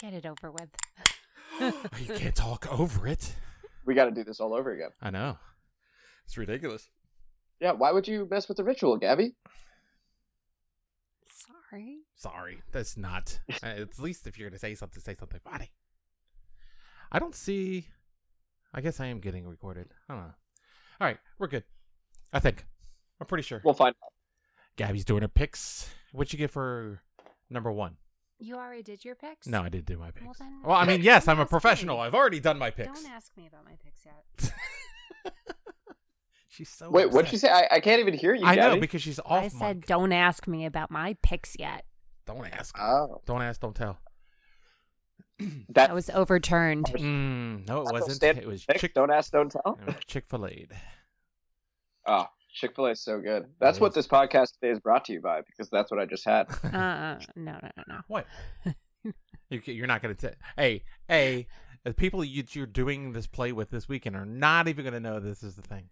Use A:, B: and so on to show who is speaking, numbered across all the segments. A: Get it over with.
B: Oh, you can't talk over it.
C: We got to do this all over again.
B: I know. It's ridiculous.
C: Yeah, why would you mess with the ritual, Gabby?
A: Sorry.
B: Sorry, that's not. uh, At least if you're gonna say something, say something funny. I don't see. I guess I am getting recorded. I don't know. All right, we're good. I think. I'm pretty sure.
C: We'll find out.
B: Gabby's doing her picks. What'd you get for number one?
A: You already did your picks?
B: No, I didn't do my picks.
A: Well,
B: Well,
A: then-
B: I mean, yes, I'm a
A: That's great.
B: professional. I've already done my picks.
A: Don't ask me about my picks yet.
B: She's so.
C: Wait, what'd you
B: upset.
C: say? I, I can't even hear you,
B: I
C: Gabby.
B: know because she's off.
A: I said,
B: mic.
A: don't ask me about my picks yet.
B: Don't ask.
C: Oh,
B: Don't ask. Don't tell.
C: that
A: That was overturned.
B: Mm, no, it
C: That's
B: wasn't.
C: standard
B: It was
C: Nick,
B: Mm, Chick.
C: don't ask, don't tell.
B: Chick Fil A.
C: Oh, Chick Fil A is so good. That's what
B: is.
C: this podcast today is brought to you by because that's what I just had.
A: Uh, uh, no, no, no, no.
B: What? you, ca- you're not gonna tell. Hey, hey, the people you, you're doing this play with this weekend are not even gonna know this is the thing.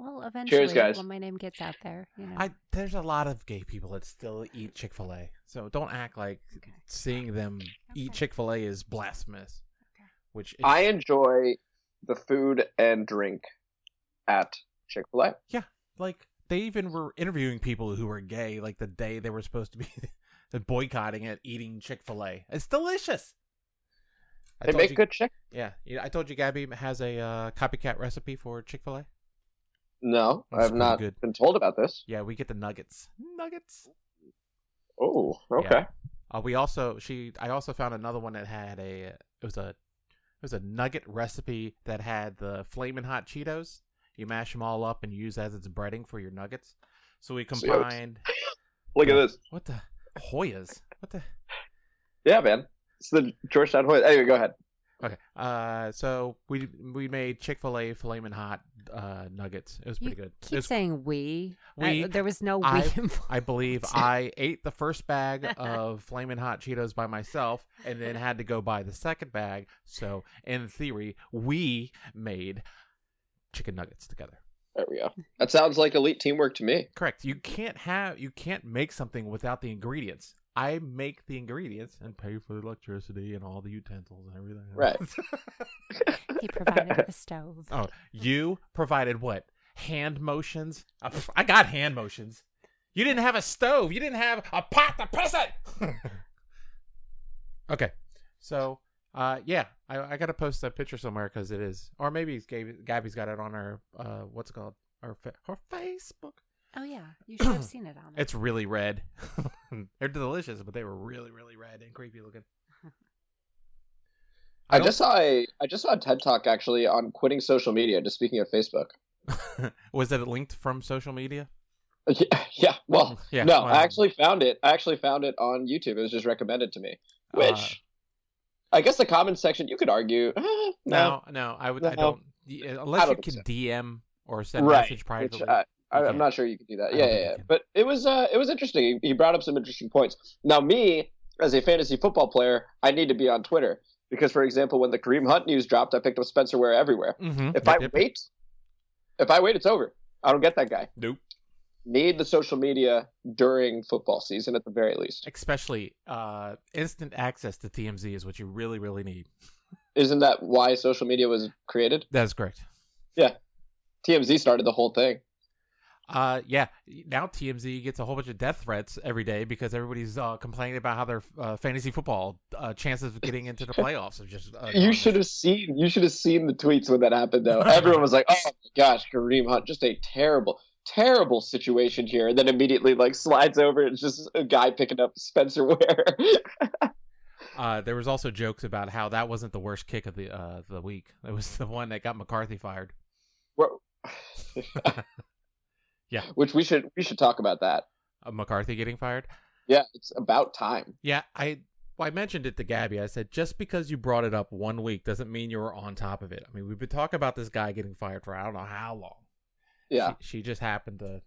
A: Well, eventually,
C: guys.
A: when my name gets out there, you know.
B: I there's a lot of gay people that still eat Chick Fil A, so don't act like
A: Okay.
B: seeing them eat
A: Okay.
B: Chick Fil A is blasphemous.
A: Okay.
B: Which it-
C: I enjoy the food and drink at Chick Fil A.
B: like they even were interviewing people who were gay like the day they were supposed to be boycotting it, eating Chick Fil A. It's delicious. I
C: They
B: told
C: make
B: you-
C: good chick.
B: Yeah, yeah, I told you Gabby has a uh, copycat recipe for Chick Fil A.
C: No,
B: That's
C: I've
B: pretty
C: not
B: good.
C: been told about this.
B: Yeah, we get the nuggets. Nuggets.
C: Oh, okay.
B: Yeah. Uh, we also she I also found another one that had a it was a it was a nugget recipe that had the flaming hot Cheetos. You mash them all up and use as its breading for your nuggets. So we
C: Zeus.
B: combined
C: Look at
B: Yeah.
C: this.
B: what the Hoyas. What the
C: Yeah, man. It's the Georgetown Hoyt. Anyway, go ahead.
B: Okay. Uh, so we we made Chick Fil A flaming hot uh nuggets. It was
A: You
B: pretty good. It
A: keep
B: was-
A: saying we.
B: We-
A: I, there was no we
B: I-
A: involved.
B: I believe I ate the first bag of flaming hot Cheetos by myself, and then had to go buy the second bag. So in theory, we made chicken nuggets together.
C: There we go. That sounds like elite teamwork to me.
B: Correct. You can't have you can't make something without the ingredients. I make the ingredients and pay for the electricity and all the utensils and everything. else.
A: He provided the stove.
B: Oh, you provided what? Hand motions? Uh, pff, I got hand motions. You didn't have a stove. You didn't have a pot to piss it. okay, so uh, yeah, I, I gotta post that picture somewhere because it is, or maybe it's Gabby, Gabby's got it on her uh, what's it called her fa- her Facebook.
A: Oh yeah, you should have seen it on. there.
B: It's really red. They're delicious, but they were really really red and creepy looking.
C: I,
B: don't-
C: just saw a I just saw a TED talk actually on quitting social media. Just speaking of Facebook.
B: was it linked from social media?
C: Yeah. yeah well,
B: Yeah,
C: Oh, no,
B: well,
C: I actually found it. I actually found it on YouTube. It was just recommended to me,
B: Uh,
C: which I guess the comment section you could argue. eh, no,
B: No, no, I would. I
C: No.
B: don't. y- Unless
C: I don't
B: you
C: think
B: can
C: so.
B: DM or send
C: Right,
B: message privately.
C: which uh, I, I,
B: Okay.
C: I'm not sure you could do that.
B: I
C: Yeah,
B: don't
C: yeah,
B: think you
C: yeah.
B: can.
C: But it was uh, it was interesting. He he brought up some interesting points. Now, me as a fantasy football player, I need to be on Twitter because, for example, when the Kareem Hunt news dropped, I picked up Spencer Ware everywhere.
B: Mhm.
C: If
B: Yep,
C: I
B: yep, yep.
C: wait, if I wait, it's over. I don't get that guy.
B: nope.
C: Need the social media during football season at the very least.
B: Especially uh, instant access to TMZ is what you really, really need.
C: Isn't that why social media was created?
B: That is correct.
C: TMZ started the whole thing.
B: Uh, yeah. Now TMZ gets a whole bunch of death threats every day because everybody's uh, complaining about how their uh, fantasy football uh, chances of getting into the playoffs are just. Uh,
C: You should have seen. You should have seen the tweets when that happened. Though everyone was like, "Oh my gosh, Kareem Hunt, just a terrible, terrible situation here." And then immediately, like, slides over. It's just a guy picking up Spencer Ware.
B: Uh, there was also jokes about how that wasn't the worst kick of the uh, the week. It was the one that got McCarthy fired.
C: Wha-
B: Yeah.
C: Which we should we should talk about that.
B: Uh, McCarthy getting fired.
C: Yeah, it's about time.
B: Yeah, I well, I mentioned it to Gabby. I said just because you brought it up one week doesn't mean you were on top of it. I mean, we've been talking about this guy getting fired for I don't know how long.
C: Yeah,
B: She, she just happened to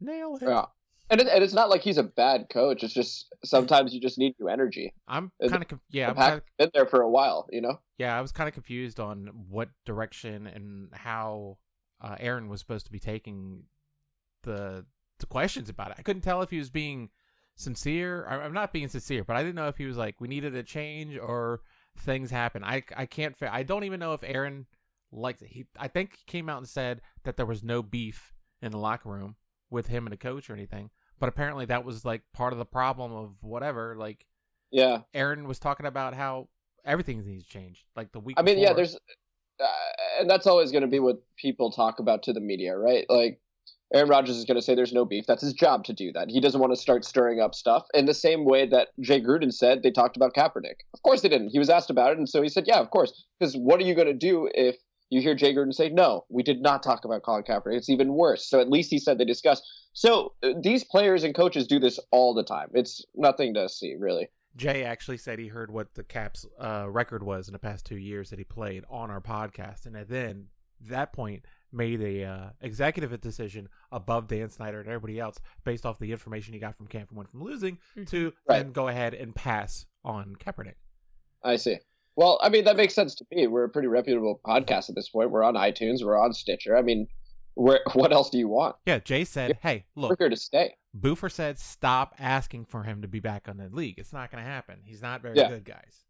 B: nail it.
C: yeah. And it, and it's not like he's a bad coach. It's just sometimes you just need new energy.
B: I'm
C: And
B: kind of yeah,
C: The
B: I'm kind
C: pack
B: of,
C: been there for a while, you know.
B: yeah. I was kind of confused on what direction and how uh, Aaron was supposed to be taking the the questions about it. I couldn't tell if he was being sincere. I, I'm not being sincere, but I didn't know if he was like we needed a change or things happen. I I can't. Fa- I don't even know if Aaron likes it. He I think he came out and said that there was no beef in the locker room with him and the coach or anything. But apparently that was like part of the problem of whatever. Like
C: Yeah.
B: Aaron was talking about how everything needs to change. Like the week.
C: I mean, yeah,
B: before.
C: there's, uh, and that's always going to be what people talk about to the media, right? Like, Aaron Rodgers is going to say there's no beef. That's his job to do that. He doesn't want to start stirring up stuff. In the same way that Jay Gruden said they talked about Kaepernick. Of course they didn't. He was asked about it, and so he said, yeah, of course. Because what are you going to do if you hear Jay Gruden say, no, we did not talk about Colin Kaepernick? It's even worse. So at least he said they discussed. So uh, these players and coaches do this all the time. It's nothing to see, really.
B: Jay actually said he heard what the Caps uh, record was in the past two years that he played on our podcast, and then that point made a uh, executive decision above Dan Snyder and everybody else based off the information he got from Cam from win from losing
A: Mhm.
B: to
C: Mm-hmm. Right.
B: then go ahead and pass on Kaepernick.
C: I see. Well, I mean that makes sense to me. We're a pretty reputable podcast at this point. We're on iTunes. We're on Stitcher. I mean, where what else do you want?
B: Yeah, Jay said, "Hey,
C: We're
B: look,
C: here to stay.
B: Boofer said stop asking for him to be back on the league. It's not going to happen. He's not very
C: Yeah.
B: good, guys.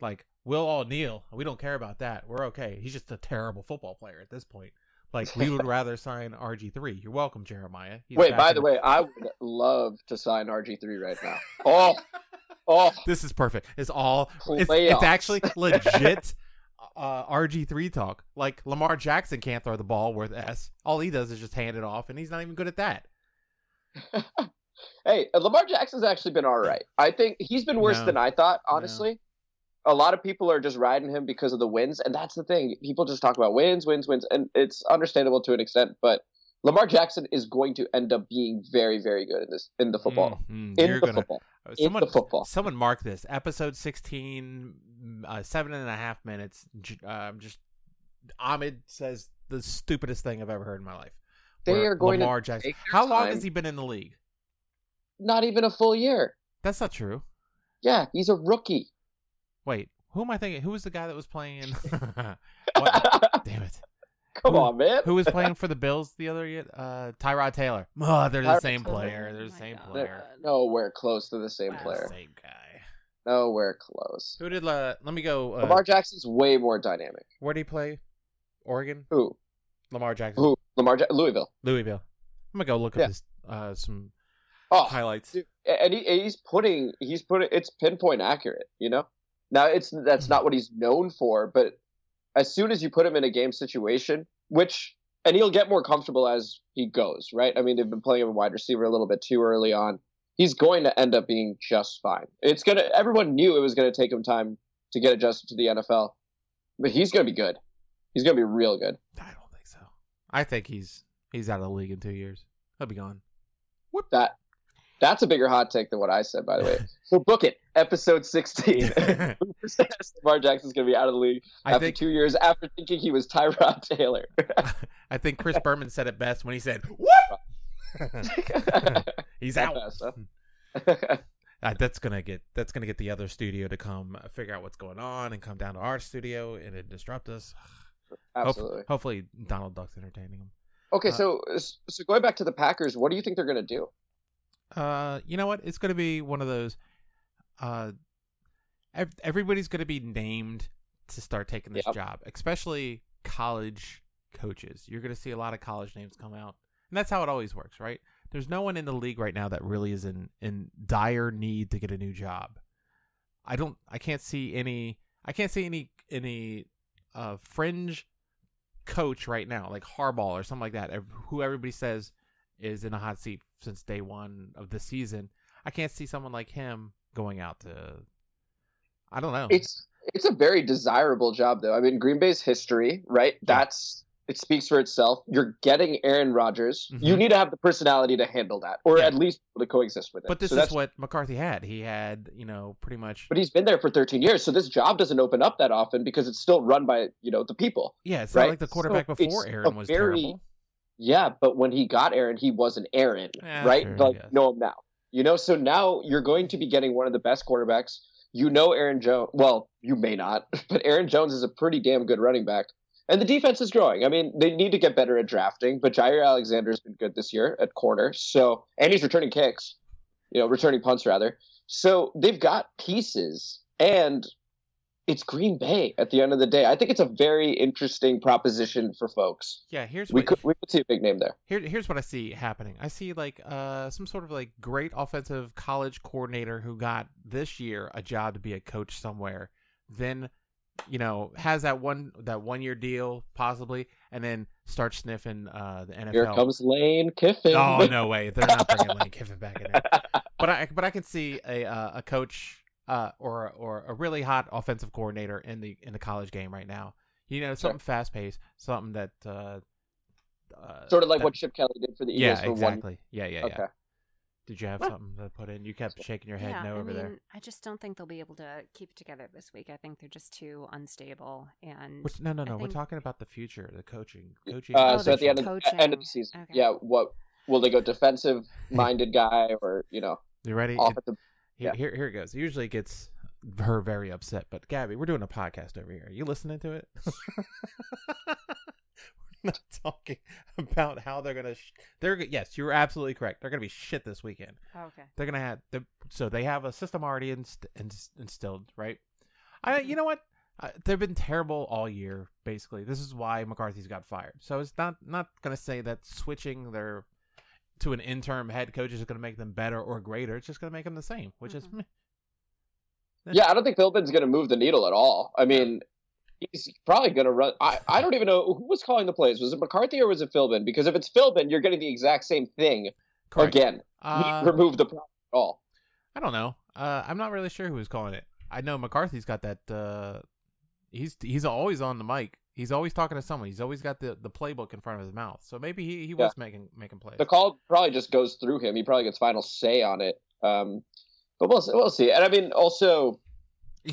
B: Like we'll all kneel. We don't care about that. We're okay. He's just a terrible football player at this point. Like we would rather sign RG three. You're welcome, Jeremiah. He's
C: Wait,
B: back
C: by
B: in-
C: the way, I would love to sign RG three right now. Oh, oh,
B: this is perfect. It's all. It's,
C: Playoffs.
B: it's actually legit. Uh, RG three talk like Lamar Jackson can't throw the ball worth s. All he does is just hand it off, and he's not even good at that.
C: hey, Lamar Jackson's actually been all right. I think he's been worse
B: No.
C: than I thought. Honestly, a lot of people are just riding him because of the wins, and that's the thing. People just talk about wins, wins, wins, and it's understandable to an extent. But Lamar Jackson is going to end up being very, very good in this in the football.
B: Mm, mm,
C: In
B: you're
C: the
B: gonna
C: football.
B: Uh,
C: It's the football.
B: Someone mark this episode 16, mm, uh, seven and a half minutes. J- Um, just Ahmed says the stupidest thing I've ever heard in my life.
C: They
B: Where
C: are going to
B: Lamar Jackson.
C: take their
B: How long
C: time.
B: has he been in the league?
C: not even a full year.
B: That's not true.
C: Yeah, he's a rookie.
B: Wait, who am I thinking? Who was the guy that was playing? What- Damn it!
C: Come
B: Who-
C: on, man.
B: Who was playing for the Bills the other year? Uh, Tyrod Taylor. Oh, they're the
C: Tyrod
B: same
C: Taylor.
B: player. They're
A: Oh
B: the
A: my
B: same
A: God.
B: player.
C: uh, Nowhere close to the same
A: Wow.
C: player.
B: Same guy.
C: Nowhere close.
B: Who did? Uh, let me go. Uh,
C: Lamar Jackson's way more dynamic.
B: where did he play? Oregon.
C: Who?
B: Lamar Jackson.
C: Who? Lamar ja- Louisville.
B: Louisville. I'm gonna go look
C: Yeah.
B: up this, uh, some
C: Oh,
B: highlights.
C: dude. and he, and he's putting he's putting it's pinpoint accurate. You know, now it's that's not what he's known for, but as soon as you put him in a game situation, which and he'll get more comfortable as he goes, right? I mean, they've been playing him a wide receiver a little bit too early on. He's going to end up being just fine. It's gonna. Everyone knew it was gonna take him time to get adjusted to the NFL, but he's gonna be good. He's gonna be real good.
B: I don't think so. I think he's he's out of the league in two years. He'll be gone.
C: That that's a bigger hot take than what I said, by the way. So book it, episode sixteen.
B: I
C: Lamar Jackson's gonna be out of the league after
B: think
C: two years after thinking he was Tyrod Taylor.
B: I think Chris Berman said it best when he said, "What?" he's out.
C: Not fast, huh?
B: Uh, that's gonna get that's gonna get the other studio to come uh, figure out what's going on and come down to our studio and it disrupt us. Hope-
C: Absolutely.
B: hopefully, Donald Duck's entertaining him.
C: Okay,
B: Uh,
C: so so going back to the Packers, what do you think they're gonna do?
B: Uh, you know what? It's gonna be one of those. Uh, ev- everybody's gonna be named to start taking this
C: Yep.
B: job, especially college coaches. You're gonna see a lot of college names come out, and that's how it always works, right? There's no one in the league right now that really is in in dire need to get a new job. I don't. I can't see any. I can't see any any uh fringe coach right now, like Harbaugh or something like that, ev- who everybody says is in a hot seat since day one of the season. I can't see someone like him going out to. I don't know.
C: It's it's a very desirable job though. I mean, Green Bay's history, right? That's it speaks for itself. You're getting Aaron Rodgers. You
B: Mhm.
C: need to have the personality to handle that, or
B: Yeah.
C: at least to coexist with it.
B: but this
C: So
B: is
C: that's-
B: what McCarthy had. He had, you know, pretty much.
C: But he's been there for 13 years, so this job doesn't open up that often because it's still run by you know the people.
B: Yeah, it's
C: right,
B: not like the quarterback
C: so it's
B: before
C: a
B: Aaron was
C: very-
B: terrible.
C: Yeah, but when he got Aaron, he wasn't Aaron,
B: Yeah,
C: right?
B: sure, I
C: like
B: guess.
C: know him now, you know. So now you're going to be getting one of the best quarterbacks. You know Aaron Jones. Well, you may not, but Aaron Jones is a pretty damn good running back, and the defense is growing. I mean, they need to get better at drafting, but Jair Alexander's been good this year at corner. So and he's returning kicks, you know, returning punts rather. So they've got pieces, and it's Green Bay at the end of the day. I think it's a very interesting proposition for folks.
B: Yeah, here's
C: We
B: what
C: could we could see a big name there.
B: here, here's what I see happening. I see like uh some sort of like great offensive college coordinator who got this year a job to be a coach somewhere, then you know has that one that one year deal possibly, and then start sniffing uh the NFL.
C: Here comes Lane Kiffin.
B: Oh no way! They're not bringing Lane Kiffin back in. There. But I but I can see a uh, a coach uh, or or a really hot offensive coordinator in the in the college game right now. You know, something fast paced, something that uh, uh,
C: sort of like
B: that-
C: what Chip Kelly did for the Eagles
B: Yeah,
C: for one.
B: exactly. Yeah, yeah, yeah.
C: Okay.
B: Did you have
C: What?
B: something to put in? You kept shaking your head
A: yeah,
B: no
A: I
B: over
A: mean,
B: there.
A: I just don't think they'll be able to keep it together this week. I think they're just too unstable and
B: We're, no, no,
A: I
B: no. We're
A: think-
B: talking about the future, the coaching, coaching.
C: Uh,
A: Oh,
C: so at the
A: they're
C: end of,
A: coaching.
C: end of the season,
A: Okay.
C: yeah, what will they go defensive minded guy or you know
B: you ready? It-
C: offensive?
B: Here,
C: Yeah.
B: here, here it goes. It usually gets her very upset, but Gabby, we're doing a podcast over here. Are you listening to it? we're not talking about how they're gonna. Sh- they're go- yes, you're absolutely correct. They're gonna be shit this weekend.
A: Oh, okay.
B: They're gonna have the so they have a system already inst- inst- instilled, right? I, you know what? Uh, they've been terrible all year. Basically, this is why McCarthy's got fired. So it's not not gonna say that switching their to an interim head coach is gonna make them better or greater. It's just gonna make them the same, which is
A: Mhm.
B: meh.
C: Yeah, I don't think Philbin's going to move the needle at all. I mean, he's probably going to run. I, I don't even know who was calling the plays. Was it McCarthy or was it Philbin? Because if it's Philbin, you're getting the exact same thing
B: Correct.
C: again.
B: Uh,
C: he removed the problem at all.
B: I don't know. Uh, I'm not really sure who was calling it. I know McCarthy's got that. Uh, he's he's always on the mic. He's always talking to someone. He's always got the, the playbook in front of his mouth. So maybe he, he was making making plays.
C: The call probably just goes through him. He probably gets final say on it. Um, but we'll see, we'll see. And I mean, also,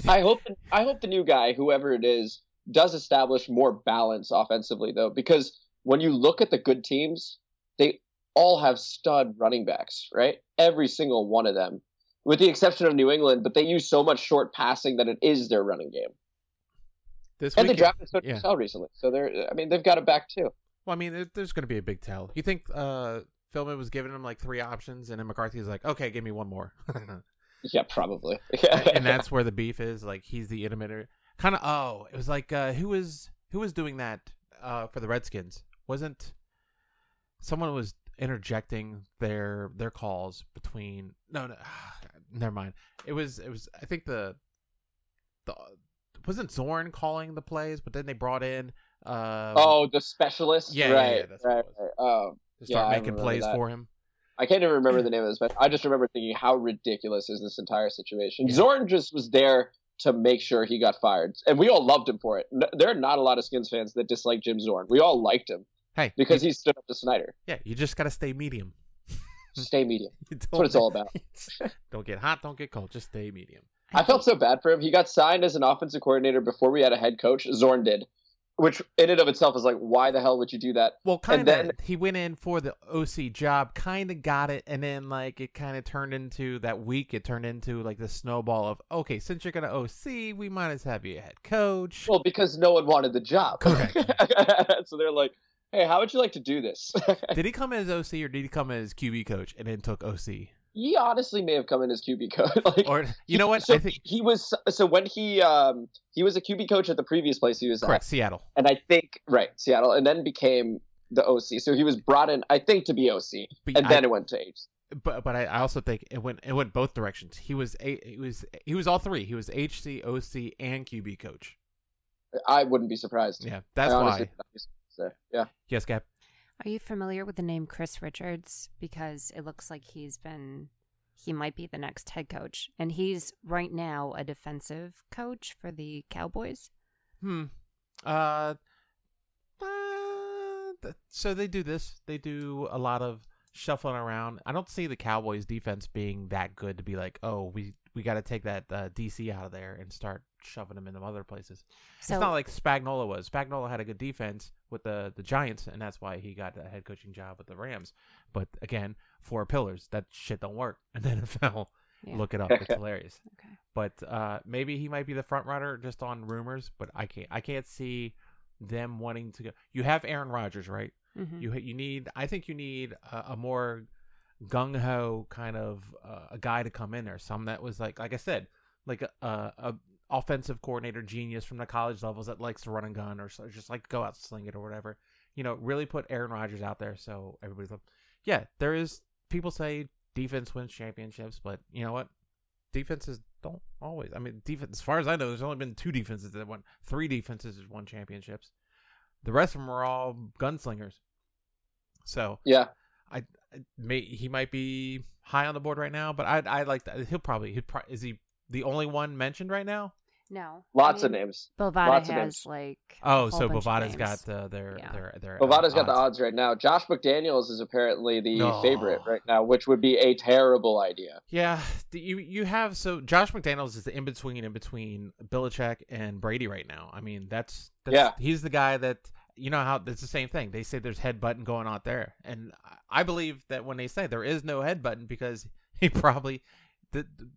C: I hope I hope the new guy, whoever it is, does establish more balance offensively though, because when you look at the good teams, they all have stud running backs, right? Every single one of them, with the exception of New England, but they use so much short passing that it is their running game.
B: this
C: And they
B: weekend-
C: drafted Sony
B: yeah.
C: Michel recently, so they're I mean they've got it back too.
B: Well, I mean, there, there's going to be a big tell. You think uh, Philman was giving him like three options, and then McCarthy's like, "Okay, give me one more,"
C: Yeah, probably.
B: and that's where the beef is. Like he's the intermitter. Kind of. Oh, it was like uh, who was who was doing that uh, for the Redskins? Wasn't someone was interjecting their their calls between? No, no, never mind. It was it was. I think the the wasn't Zorn calling the plays, but then they brought in. Uh,
C: oh, the specialist.
B: Yeah, yeah,
C: right,
B: yeah, that's what
C: right.
B: it
C: right. Um,
B: to start
C: yeah, I
B: making
C: remember
B: plays
C: that.
B: for him.
C: I can't even remember the name of this, but I just remember thinking, how ridiculous is this entire situation?
B: Yeah.
C: Zorn just was there to make sure he got fired, and we all loved him for it. N- There are not a lot of Skins fans that dislike Jim Zorn. We all liked him
B: Hey,
C: because he stood up to Snyder.
B: Yeah, you just gotta stay medium. Hmm.
C: Stay medium.
B: You
C: That's what it's all about.
B: don't get hot, don't get cold. Just stay medium.
C: I felt so bad for him. He got signed as an offensive coordinator before we had a head coach. Zorn did, which in and of itself is like, why the hell would you do that?
B: Well, kind of.
C: then-
B: He went in for the OC job, kind of got it, and then like it kind of turned into that week. It turned into like the snowball of okay, since you're gonna OC, we might as have you a head coach.
C: Well, because no one wanted the job.
B: Correct.
C: so they're like, hey, how would you like to do this?
B: did he come as OC or did he come as QB coach and then took OC?
C: he honestly may have come in as QB coach. like,
B: Or you know what?
C: So
B: I think
C: he was so when he um he was a QB coach at the previous place he was
B: correct Seattle.
C: at, and I think right Seattle, and then became the OC. So he was brought in, I think, to be OC,
B: But
C: and
B: I-
C: then it went to H.
B: but but I, I also think it went it went both directions. He was a he was he was all three. He was HC, OC, and QB coach.
C: I wouldn't be surprised.
B: Yeah, that's
C: I
B: why.
C: honestly would not be surprised there. Yeah,
B: Yes, Cap.
A: Are you familiar with the name Chris Richards? Because it looks like he's been, he might be the next head coach. And he's right now a defensive coach for the Cowboys.
B: Hmm. Uh, uh, th- so they do this. They do a lot of shuffling around. I don't see the Cowboys defense being that good to be like, oh, we we got to take that uh, DC out of there and start shoving them into other places.
A: So,
B: it's not like Spagnola was. Spagnola had a good defense with the the Giants, and that's why he got a head coaching job with the Rams. But again, four pillars. That shit don't work in the NFL.
A: yeah.
B: Look it up. It's hilarious
A: Okay.
B: but uh, maybe he might be the front runner just on rumors. But I can't I can't see them wanting to go. You have Aaron Rodgers, right?
A: Mhm.
B: You ha- you need I think you need a, a more gung ho kind of uh, a guy to come in there. Some that was like like I said, like a a, a offensive coordinator genius from the college levels that likes to run and gun or so, just like go out sling it or whatever. You know, really put Aaron Rodgers out there so everybody's like, yeah, there is. People say defense wins championships, but you know what? Defenses don't always. I mean, defense. As far as I know, there's only been two defenses that won. Three defenses that won championships. The rest of them were all gunslingers. So
C: Yeah.
B: I I- may he might be high on the board right now, but I I like that. he'll probably he pro- is he the only one mentioned right now.
A: No.
C: Lots
A: I
C: of
A: mean,
C: names.
A: Bovada
C: Lots of
A: has
C: names.
A: like. a
B: Oh,
A: whole
B: so
A: bunch of names.
B: Bovada's got the their
A: Yeah.
B: their their. uh,
C: Bovada's got the
B: odds.
C: odds right now. Josh McDaniels is apparently the
B: No.
C: favorite right now, which would be a terrible idea.
B: Yeah, the- you you have so Josh McDaniels is the in between in between Belichick and Brady right now. I mean, that's, that's he's the guy that you know how it's the same thing. They say there's headbutting going out there, and I- I believe that when they say there is no headbutting because he probably the, the-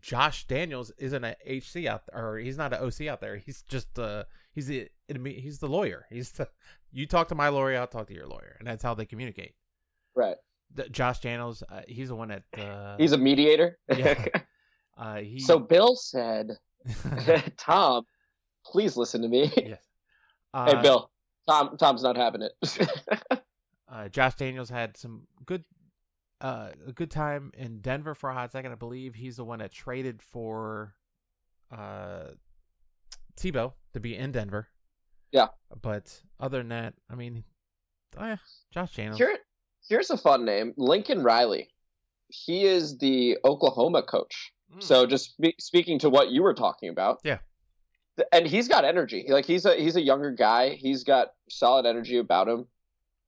B: Josh Daniels isn't a HC out or he's not an OC out there. He's just uh he's the he's the lawyer. He's the you talk to my lawyer, I'll talk to your lawyer, and that's how they communicate.
C: Right.
B: The- Josh Daniels, uh, he's the one that uh,
C: He's a mediator.
B: Yeah. uh, he
C: so Bill said, Tom, please listen to me.
B: yes. Uh,
C: Hey, Bill. Tom, Tom's not having it.
B: Uh, Josh Daniels had some good, uh, a good time in Denver for a hot second. I believe he's the one that traded for, uh, Tebow to be in Denver.
C: Yeah.
B: But other than that, I mean, oh yeah, Josh Daniels.
C: Here, here's a fun name Lincoln Riley. He is the Oklahoma coach.
B: Mm.
C: So just spe- speaking to what you were talking about,
B: Yeah.
C: Th- and he's got energy. Like he's a he's a younger guy. He's got solid energy about him,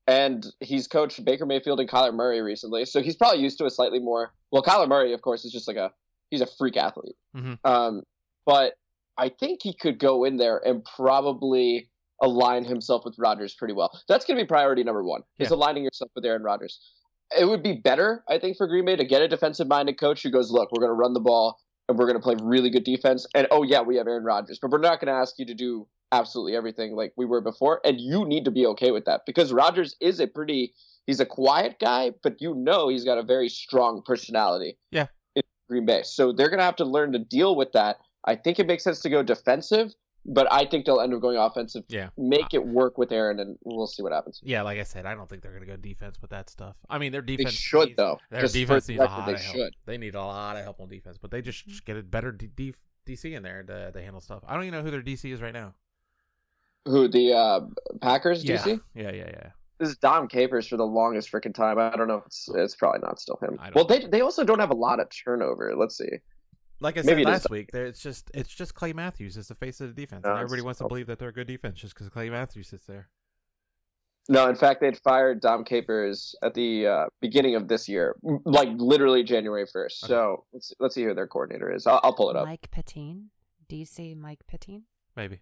C: and he's coached Baker Mayfield and Kyler Murray recently, so he's probably used to a slightly more. Well, Kyler Murray, of course, is just like a he's a freak athlete.
B: Mhm.
C: Um, but I think he could go in there and probably align himself with Rodgers pretty well. That's going to be priority number one: is
B: Yeah.
C: aligning yourself with Aaron Rodgers it would be better, I think, for Green Bay to get a defensive minded coach who goes, look, we're going to run the ball and we're going to play really good defense. And oh, yeah, we have Aaron Rodgers, but we're not going to ask you to do absolutely everything like we were before. And you need to be okay with that because Rodgers is a pretty, he's a quiet guy, but you know he's got a very strong personality.
B: Yeah.
C: In Green Bay. So they're going to have to learn to deal with that. I think it makes sense to go defensive, but I think they'll end up going offensive.
B: Yeah.
C: Make it work with Aaron, and we'll see what happens.
B: Yeah, like I said, I don't think they're gonna go defense with that stuff. I mean, their
C: They
B: defense
C: should,
B: needs-
C: though.
B: Their
C: Just for
B: defense
C: the
B: needs a
C: record,
B: lot
C: they
B: of help.
C: should.
B: They need a lot of help on defense, but they just should get a better D- D- DC in there to, to handle stuff. I don't even know who their DC is right now.
C: Who the uh, Packers?
B: yeah.
C: DC?
B: yeah, yeah, yeah.
C: This is Dom Capers for the longest freaking time. I don't know. If it's it's probably not still him.
B: I don't-
C: Well, they they also don't have a lot of turnover. Let's see.
B: Like I
C: Maybe
B: said
C: it is,
B: last week, there it's just it's just Clay Matthews is the face of the defense,
C: No,
B: and
C: it's-
B: everybody wants to believe that they're a good defense just because Clay Matthews sits there.
C: No, in fact, they'd fired Dom Capers at the uh, beginning of this year, m- like literally January first. So let's let's see who their coordinator is. I'll, I'll pull it up.
A: Mike Patine, DC Mike Patine.
B: Maybe.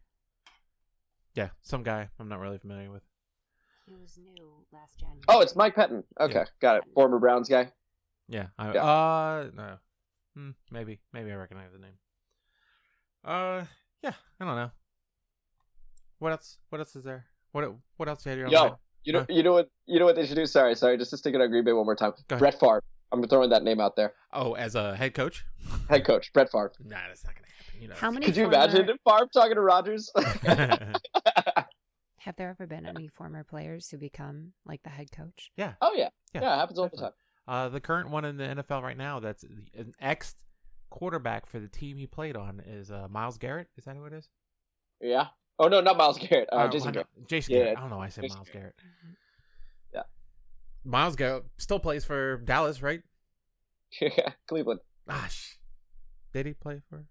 B: Yeah, some guy I'm not really familiar with.
A: He was new last January.
C: Oh, it's Mike Pettin. Okay,
B: Yeah.
C: got it. Former Browns guy.
B: Yeah, I,
C: Yeah.
B: uh, no, Hmm, maybe, maybe I recognize the name. Uh, yeah, I don't know. What else? What else is there? What What else do you have?
C: Yo.
B: your own-
C: You know
B: Huh.
C: you know what you know what they should do. Sorry, sorry. Just to stick it on Green Bay one more time.
B: Go ahead.
C: Brett Favre. I'm throwing that name out there.
B: Oh, as a head coach?
C: Head coach Brett Favre.
B: Nah, that's not gonna happen. You know,
A: How many
C: Could you
A: former-
C: imagine Favre talking to Rodgers?
A: Have there ever been any former players who become like the head coach?
C: Oh yeah.
B: Yeah,
C: Yeah, it happens all the time.
B: definitely. uh, the current one in the NFL right now that's an ex quarterback for the team he played on is uh, Miles Garrett. Is that who it is?
C: Yeah. Oh no, not Miles Garrett. Uh,
B: Or
C: Jason
B: why
C: Garrett.
B: not- Jason
C: Yeah,
B: Garrett. I don't know why I said
C: Jason
B: Miles Garrett.
A: Mm-hmm.
C: Yeah.
B: Miles Garrett still plays for Dallas, right?
C: Yeah, Cleveland.
B: Hmm. Gosh. Did he play for?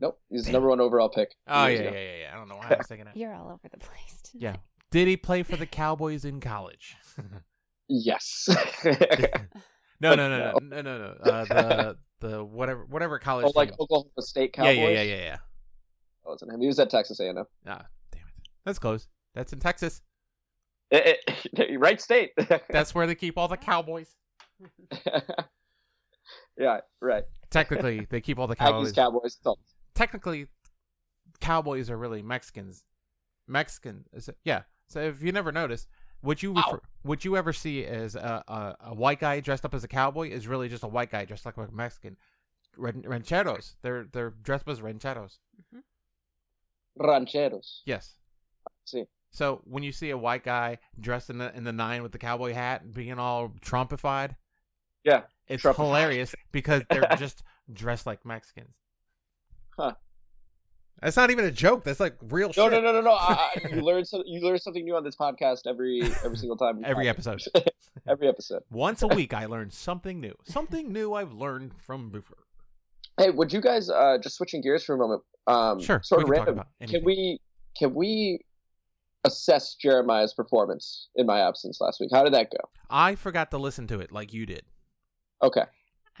C: Nope. He's the
B: Damn.
C: number one overall pick.
B: Oh,
C: Years
B: yeah, yeah,
C: ago.
B: yeah, yeah. I don't know why I was thinking that.
A: You're all over the place. tonight.
B: Yeah. Did he play for the Cowboys in college?
C: Yes.
B: no, no, no, no, no, no, no. Uh, the the whatever whatever college.
C: oh, like
B: team.
C: Oklahoma State
B: yeah,
C: Cowboys.
B: yeah, yeah, yeah, yeah.
C: That wasn't him. He was at Texas A&M.
B: Ah, damn it. That's close. That's in Texas.
C: Eh, eh, right state.
B: That's where they keep all the Cowboys.
C: yeah, right.
B: Technically, they keep all the Cowboys.
C: Aggies, Cowboys. Tom.
B: Technically, Cowboys are really Mexicans. Mexican. Is it- Yeah. So if you never noticed, what you
C: Ow.
B: refer, what you ever see as a, a a white guy dressed up as a cowboy is really just a white guy dressed like a Mexican. ran- rancheros. They're they're dressed up as rancheros.
C: Rancheros.
B: Yes.
C: See.
B: So when you see a white guy dressed in the in the nine with the cowboy hat and being all Trumpified,
C: Yeah,
B: it's
C: Trumpified.
B: hilarious because they're just dressed like Mexicans.
C: Huh.
B: That's not even a joke. That's like real
C: No,
B: shit.
C: no, no, no, no. I, I- you learn so, you learn something new on this podcast every every single time. we
B: Every
C: talk.
B: episode.
C: every episode.
B: Once a week, I learn something new. Something new I've learned from Boofer.
C: Hey, would you guys uh just switching gears for a moment? Um,
B: Sure,
C: Sort
B: we
C: of
B: can talk
C: random.
B: about anything.
C: Can we can we assess Jeremiah's performance in my absence last week? How did that go?
B: I forgot to listen to it like you did.
C: Okay.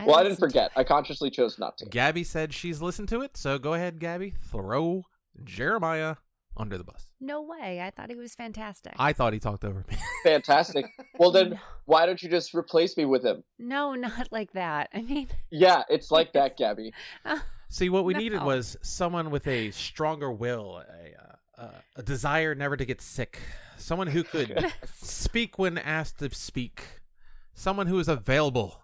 C: well, I didn't
A: listened to-
C: forget. I consciously chose not to.
B: Gabby said she's listened to it, so go ahead, Gabby. Throw Jeremiah under the bus.
A: No way. I thought he was fantastic.
B: I thought he talked over me.
C: Fantastic. Well, then why don't you just replace me with him?
A: No, not like that. I mean,
C: Yeah, it's like that, Gabby.
B: See, what we
A: No.
B: needed was someone with a stronger will, a, uh, uh, a desire never to get sick, someone who could speak when asked to speak, someone who is available,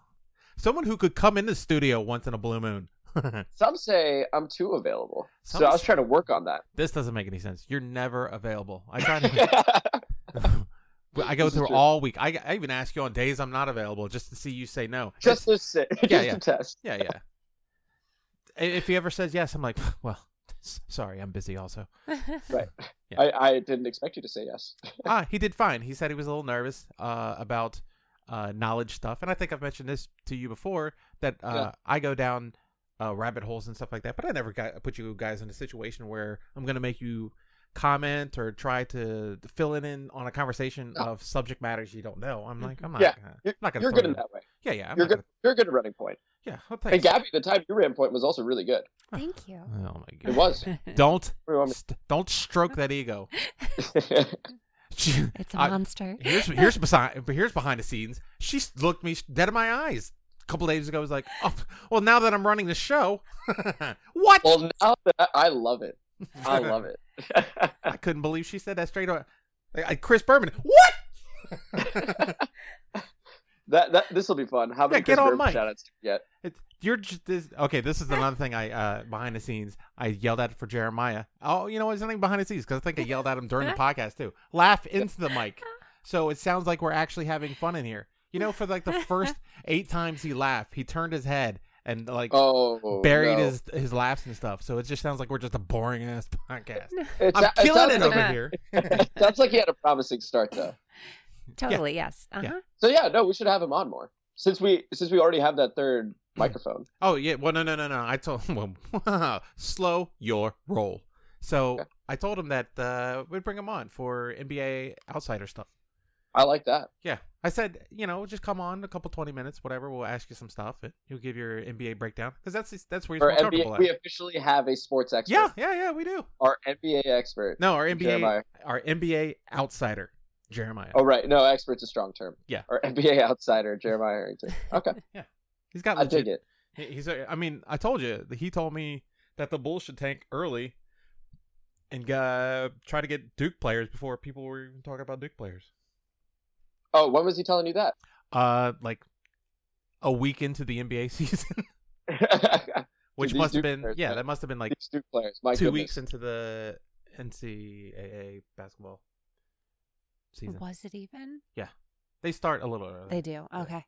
B: someone who could come in the studio once in a blue moon.
C: Some say I'm too available, so
B: Some
C: I was
B: say-
C: trying to work on
B: this doesn't make any sense. You're never available. I try to.
C: that.
B: I go
C: This is
B: through
C: true.
B: all week. I, I even ask you on days I'm not available just to see you say no.
C: just to sit, just
B: yeah.
C: to test.
B: Yeah, yeah. I- if he ever says yes, I'm like, well, s- sorry, I'm busy also.
C: Right.
B: Yeah.
C: I, I didn't expect you to say yes.
B: ah, he did fine. He said he was a little nervous uh, about uh, knowledge stuff, and I think I've mentioned this to you before that uh,
C: Yeah.
B: I go down uh, rabbit holes and stuff like that. But I never got, put you guys in a situation where I'm going to make you comment or try to fill it in on a conversation
C: No. Mm-hmm.
B: of subject matters you don't know. I'm like, I'm not,
C: Yeah.
B: gonna,
C: You're,
B: I'm not gonna.
C: you're
B: throw
C: good in
B: you-
C: that way.
B: Yeah, yeah. I'm
C: You're
B: not
C: good. You're good at running point.
B: gonna- yeah. Well,
C: And
B: thanks.
C: Gabby, the time you ran point was also really good.
A: Thank you.
B: Oh my
C: It
B: god.
C: was.
B: Don't
C: What do you want
B: st- don't stroke that ego.
C: me-
A: It's a
B: I-
A: monster.
B: here's here's beside here's behind the scenes. She s- looked me dead in my eyes a couple days ago. I was like, oh, well, now that I'm running the show, what?
C: well, now that I love it, I love it.
B: I couldn't believe she said that straight on. Like, I- Chris Berman, what?
C: that that this will be fun. How many
B: Yeah, get
C: Chris
B: on
C: Berman
B: mic.
C: shout-outs do we get?
B: It's, you're just this. Okay, this is another thing I uh, behind the scenes. I yelled at for Jeremiah. Oh, you know what? It's nothing behind the scenes because I think I yelled at him during the podcast too. Laugh into the mic, so it sounds like we're actually having fun in here. You know, for like the first eight times he laughed, he turned his head and like
C: Oh,
B: buried
C: no.
B: his his laughs and stuff. So it just sounds like we're just a boring ass podcast.
C: It
B: I'm
C: sou-
B: killing it
C: sounds like,
B: over here.
C: sounds like he had a promising start though.
A: Totally, yes. Uh-huh.
C: So yeah, no, we should have him on more since we since we already have that third microphone.
B: Oh yeah, well no no no no. I told him well, slow your roll. So
C: Okay.
B: I told him that uh, we'd bring him on for NBA outsider stuff.
C: I like that.
B: Yeah, I said you know just come on a couple twenty minutes, whatever. We'll ask you some stuff. And you'll give your NBA breakdown because that's that's where he's
C: For
B: more comfortable.
C: NBA,
B: at.
C: we officially have a sports expert.
B: yeah, yeah, yeah. We do.
C: our NBA expert.
B: No, our NBA,
C: Jeremiah.
B: our NBA outsider, Jeremiah.
C: Oh right, no, expert's a strong term.
B: Yeah.
C: Our NBA outsider Jeremiah Harrington. Okay,
B: He's got
C: I
B: legit
C: dig it.
B: He- He's. a- I mean, I told you. that He told me that the Bulls should tank early and uh, try to get Duke players before people were even talking about Duke players.
C: Oh, when was he telling you that?
B: Uh, like a week into the NBA season, which
C: these
B: must have
C: Duke
B: been
C: players,
B: yeah,
C: man.
B: that must have been like
C: These two players. My
B: two
C: goodness.
B: weeks into the NCAA basketball season.
A: Was it even?
B: They start a little early.
A: They do. Okay.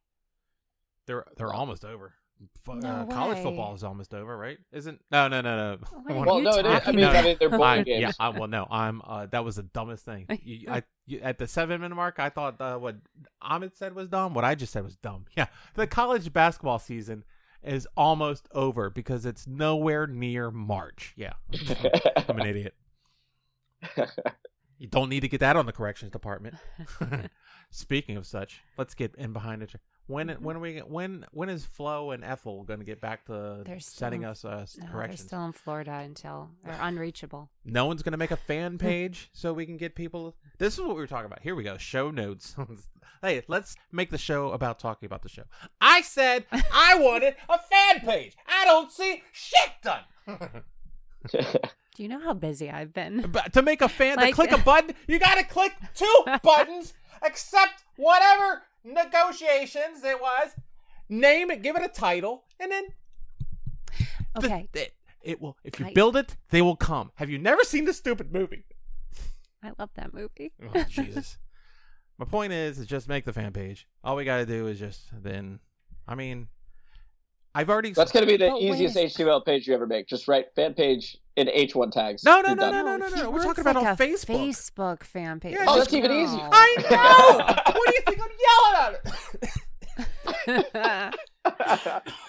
B: They're they're almost over. Fu-
A: No
B: uh, college
A: way.
B: football is almost over, right? Isn't no no no no.
A: What are
B: One-
C: Well,
A: you
C: no, it is. I
A: talking
C: mean, I
A: about?
C: mean, they're bowl
B: I,
C: games.
B: yeah, I, well, no, I'm. Uh, that was the dumbest thing. You, I you, at the seven minute mark, I thought uh, what Ahmed said was dumb. What I just said was dumb. Yeah, the college basketball season is almost over because it's nowhere near March. Yeah, I'm an idiot. You don't need to get that on the corrections department. Speaking of such, let's get in behind it. When
A: Mm-hmm.
B: when are we when when is Flo and Ethel going to get back to
A: They're still
B: sending
A: in-
B: us uh,
A: No, they're
B: corrections?
A: still in Florida until they're unreachable.
B: No one's gonna make a fan page so we can get people. This is what we were talking about. Here we go. Show notes. hey, let's make the show about talking about the show. I said I wanted a fan page. I don't see shit done.
A: Do you know how busy I've been?
B: but to make a fan,
A: Like-
B: to click a button, you gotta click two buttons. Accept whatever negotiations it was. Name it. Give it a title, and then Th-
A: Okay.
B: th- it will. If you
A: I-
B: build it, they will come. Have you never seen this stupid movie?
A: I love that movie.
B: Oh, Jesus. My point is, is just make the fan page. All we got to do is just then. I mean, I've already.
C: That's going to be the
A: Oh, wait a
C: easiest
A: sec-
C: HTML page you ever make. Just write fan page in H1 tags.
B: no, no,
C: You're
B: no,
C: done.
B: no, no, no,
A: he
B: no. We're
A: wants
B: talking about
A: like
B: on
A: a
B: Facebook.
A: Facebook fan page.
B: Yeah, Oh,
C: that's even easier.
B: I know. what do you think I'm yelling at? it?
A: know.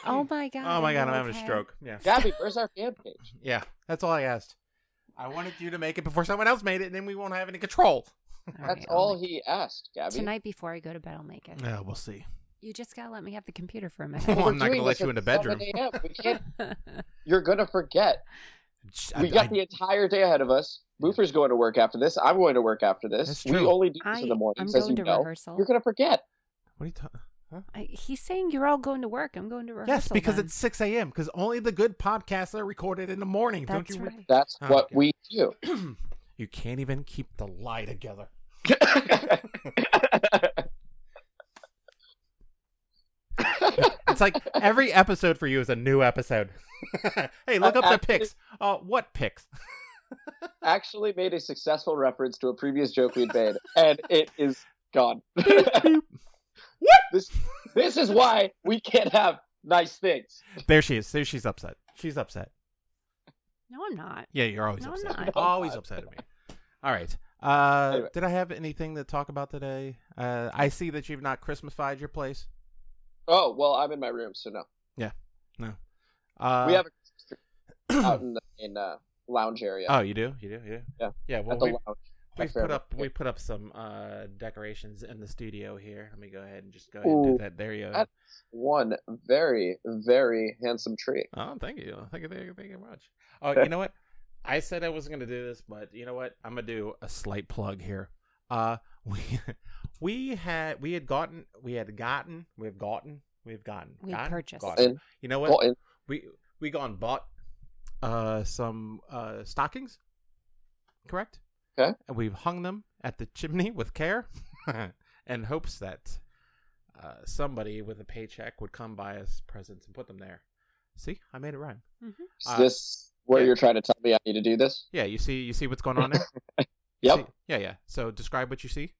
A: oh my god.
B: oh my god,
A: are you
B: I'm having a
A: okay?
B: stroke. Yeah.
C: Gabby, where's our fan page?
B: Yeah, that's all I asked. I wanted you to make it before someone else made it, and then we won't have any control.
A: right,
C: That's
A: I'll
C: all
A: make-
C: he asked, Gabby.
A: Tonight before I go to bed, I'll make it.
B: Yeah, we'll see.
A: You just gotta let me have the computer for a
B: Well,
A: minute.
C: We're
B: I'm not
C: doing
B: gonna let you
C: this at
B: in the bedroom.
C: 7 a.m. We can't, you're going to forget.
B: I-
C: We got
B: I-
C: the entire day ahead of us. Boofer's going to work after this. I'm going to work after this.
B: That's
C: We
B: true.
C: only do this
A: I,
C: in the
A: I'm
C: mornings, as
A: going
C: you
A: to
C: know.
A: rehearsal.
C: You're going to forget.
B: What are you talking?
A: I, he's saying you're all going to work. I'm going to rehearsal.
B: Yes, because
A: then.
B: it's 6 a.m. Because only the good podcasts are recorded in the morning.
A: that's
B: Don't you?
A: right.
C: That's
B: Oh,
C: what
B: okay.
C: we do.
B: you can't even keep the lie together. It's like every episode for you is a new episode. hey, look
C: I
B: up the
C: actually-
B: pics. Uh, what pics?
C: Actually, made a successful reference to a previous joke we'd made, and it is gone. this, this is why we can't have nice things.
B: There she is. There she's upset. She's upset.
A: No, I'm not.
B: Yeah, you're always
A: No, I'm
B: upset.
A: not.
B: Always upset at me. All right. Uh,
C: Anyway.
B: Did I have anything to talk about today? Uh, I see that you've not Christmasified your place.
C: Oh well, I'm in my room, so no.
B: Uh,
C: we have a out in the in, uh, lounge area.
B: Oh, you do? You do? You do?
C: Yeah.
B: Yeah. Well,
C: at the
B: we,
C: lounge.
B: we've
C: fair
B: put
C: enough.
B: up we put up some uh, decorations in the studio here. Let me go ahead and just go ahead and
C: Ooh.
B: do that. There you go.
C: That- One very very handsome tree.
B: Oh, thank you. Thank you. Thank you, thank you very much. Oh, you know what? I said I wasn't going to do this, but you know what? I'm going to do a slight plug here. Uh, we we had we had gotten we had gotten we have gotten we have gotten
A: We
B: gotten,
A: purchased.
B: gotten.
C: And-
B: You know what?
C: Well, and
B: we we gone bought uh some uh stockings correct
C: Okay.
B: and we've hung them at the chimney with care and hopes that uh, somebody with a paycheck would come buy us presents and put them there see i made it rhyme
C: is
B: uh,
C: this where
B: yeah.
C: you're trying to tell me I need to do this?
B: yeah you see you see what's going on there You
C: Yep.
B: see- yeah yeah so describe what you see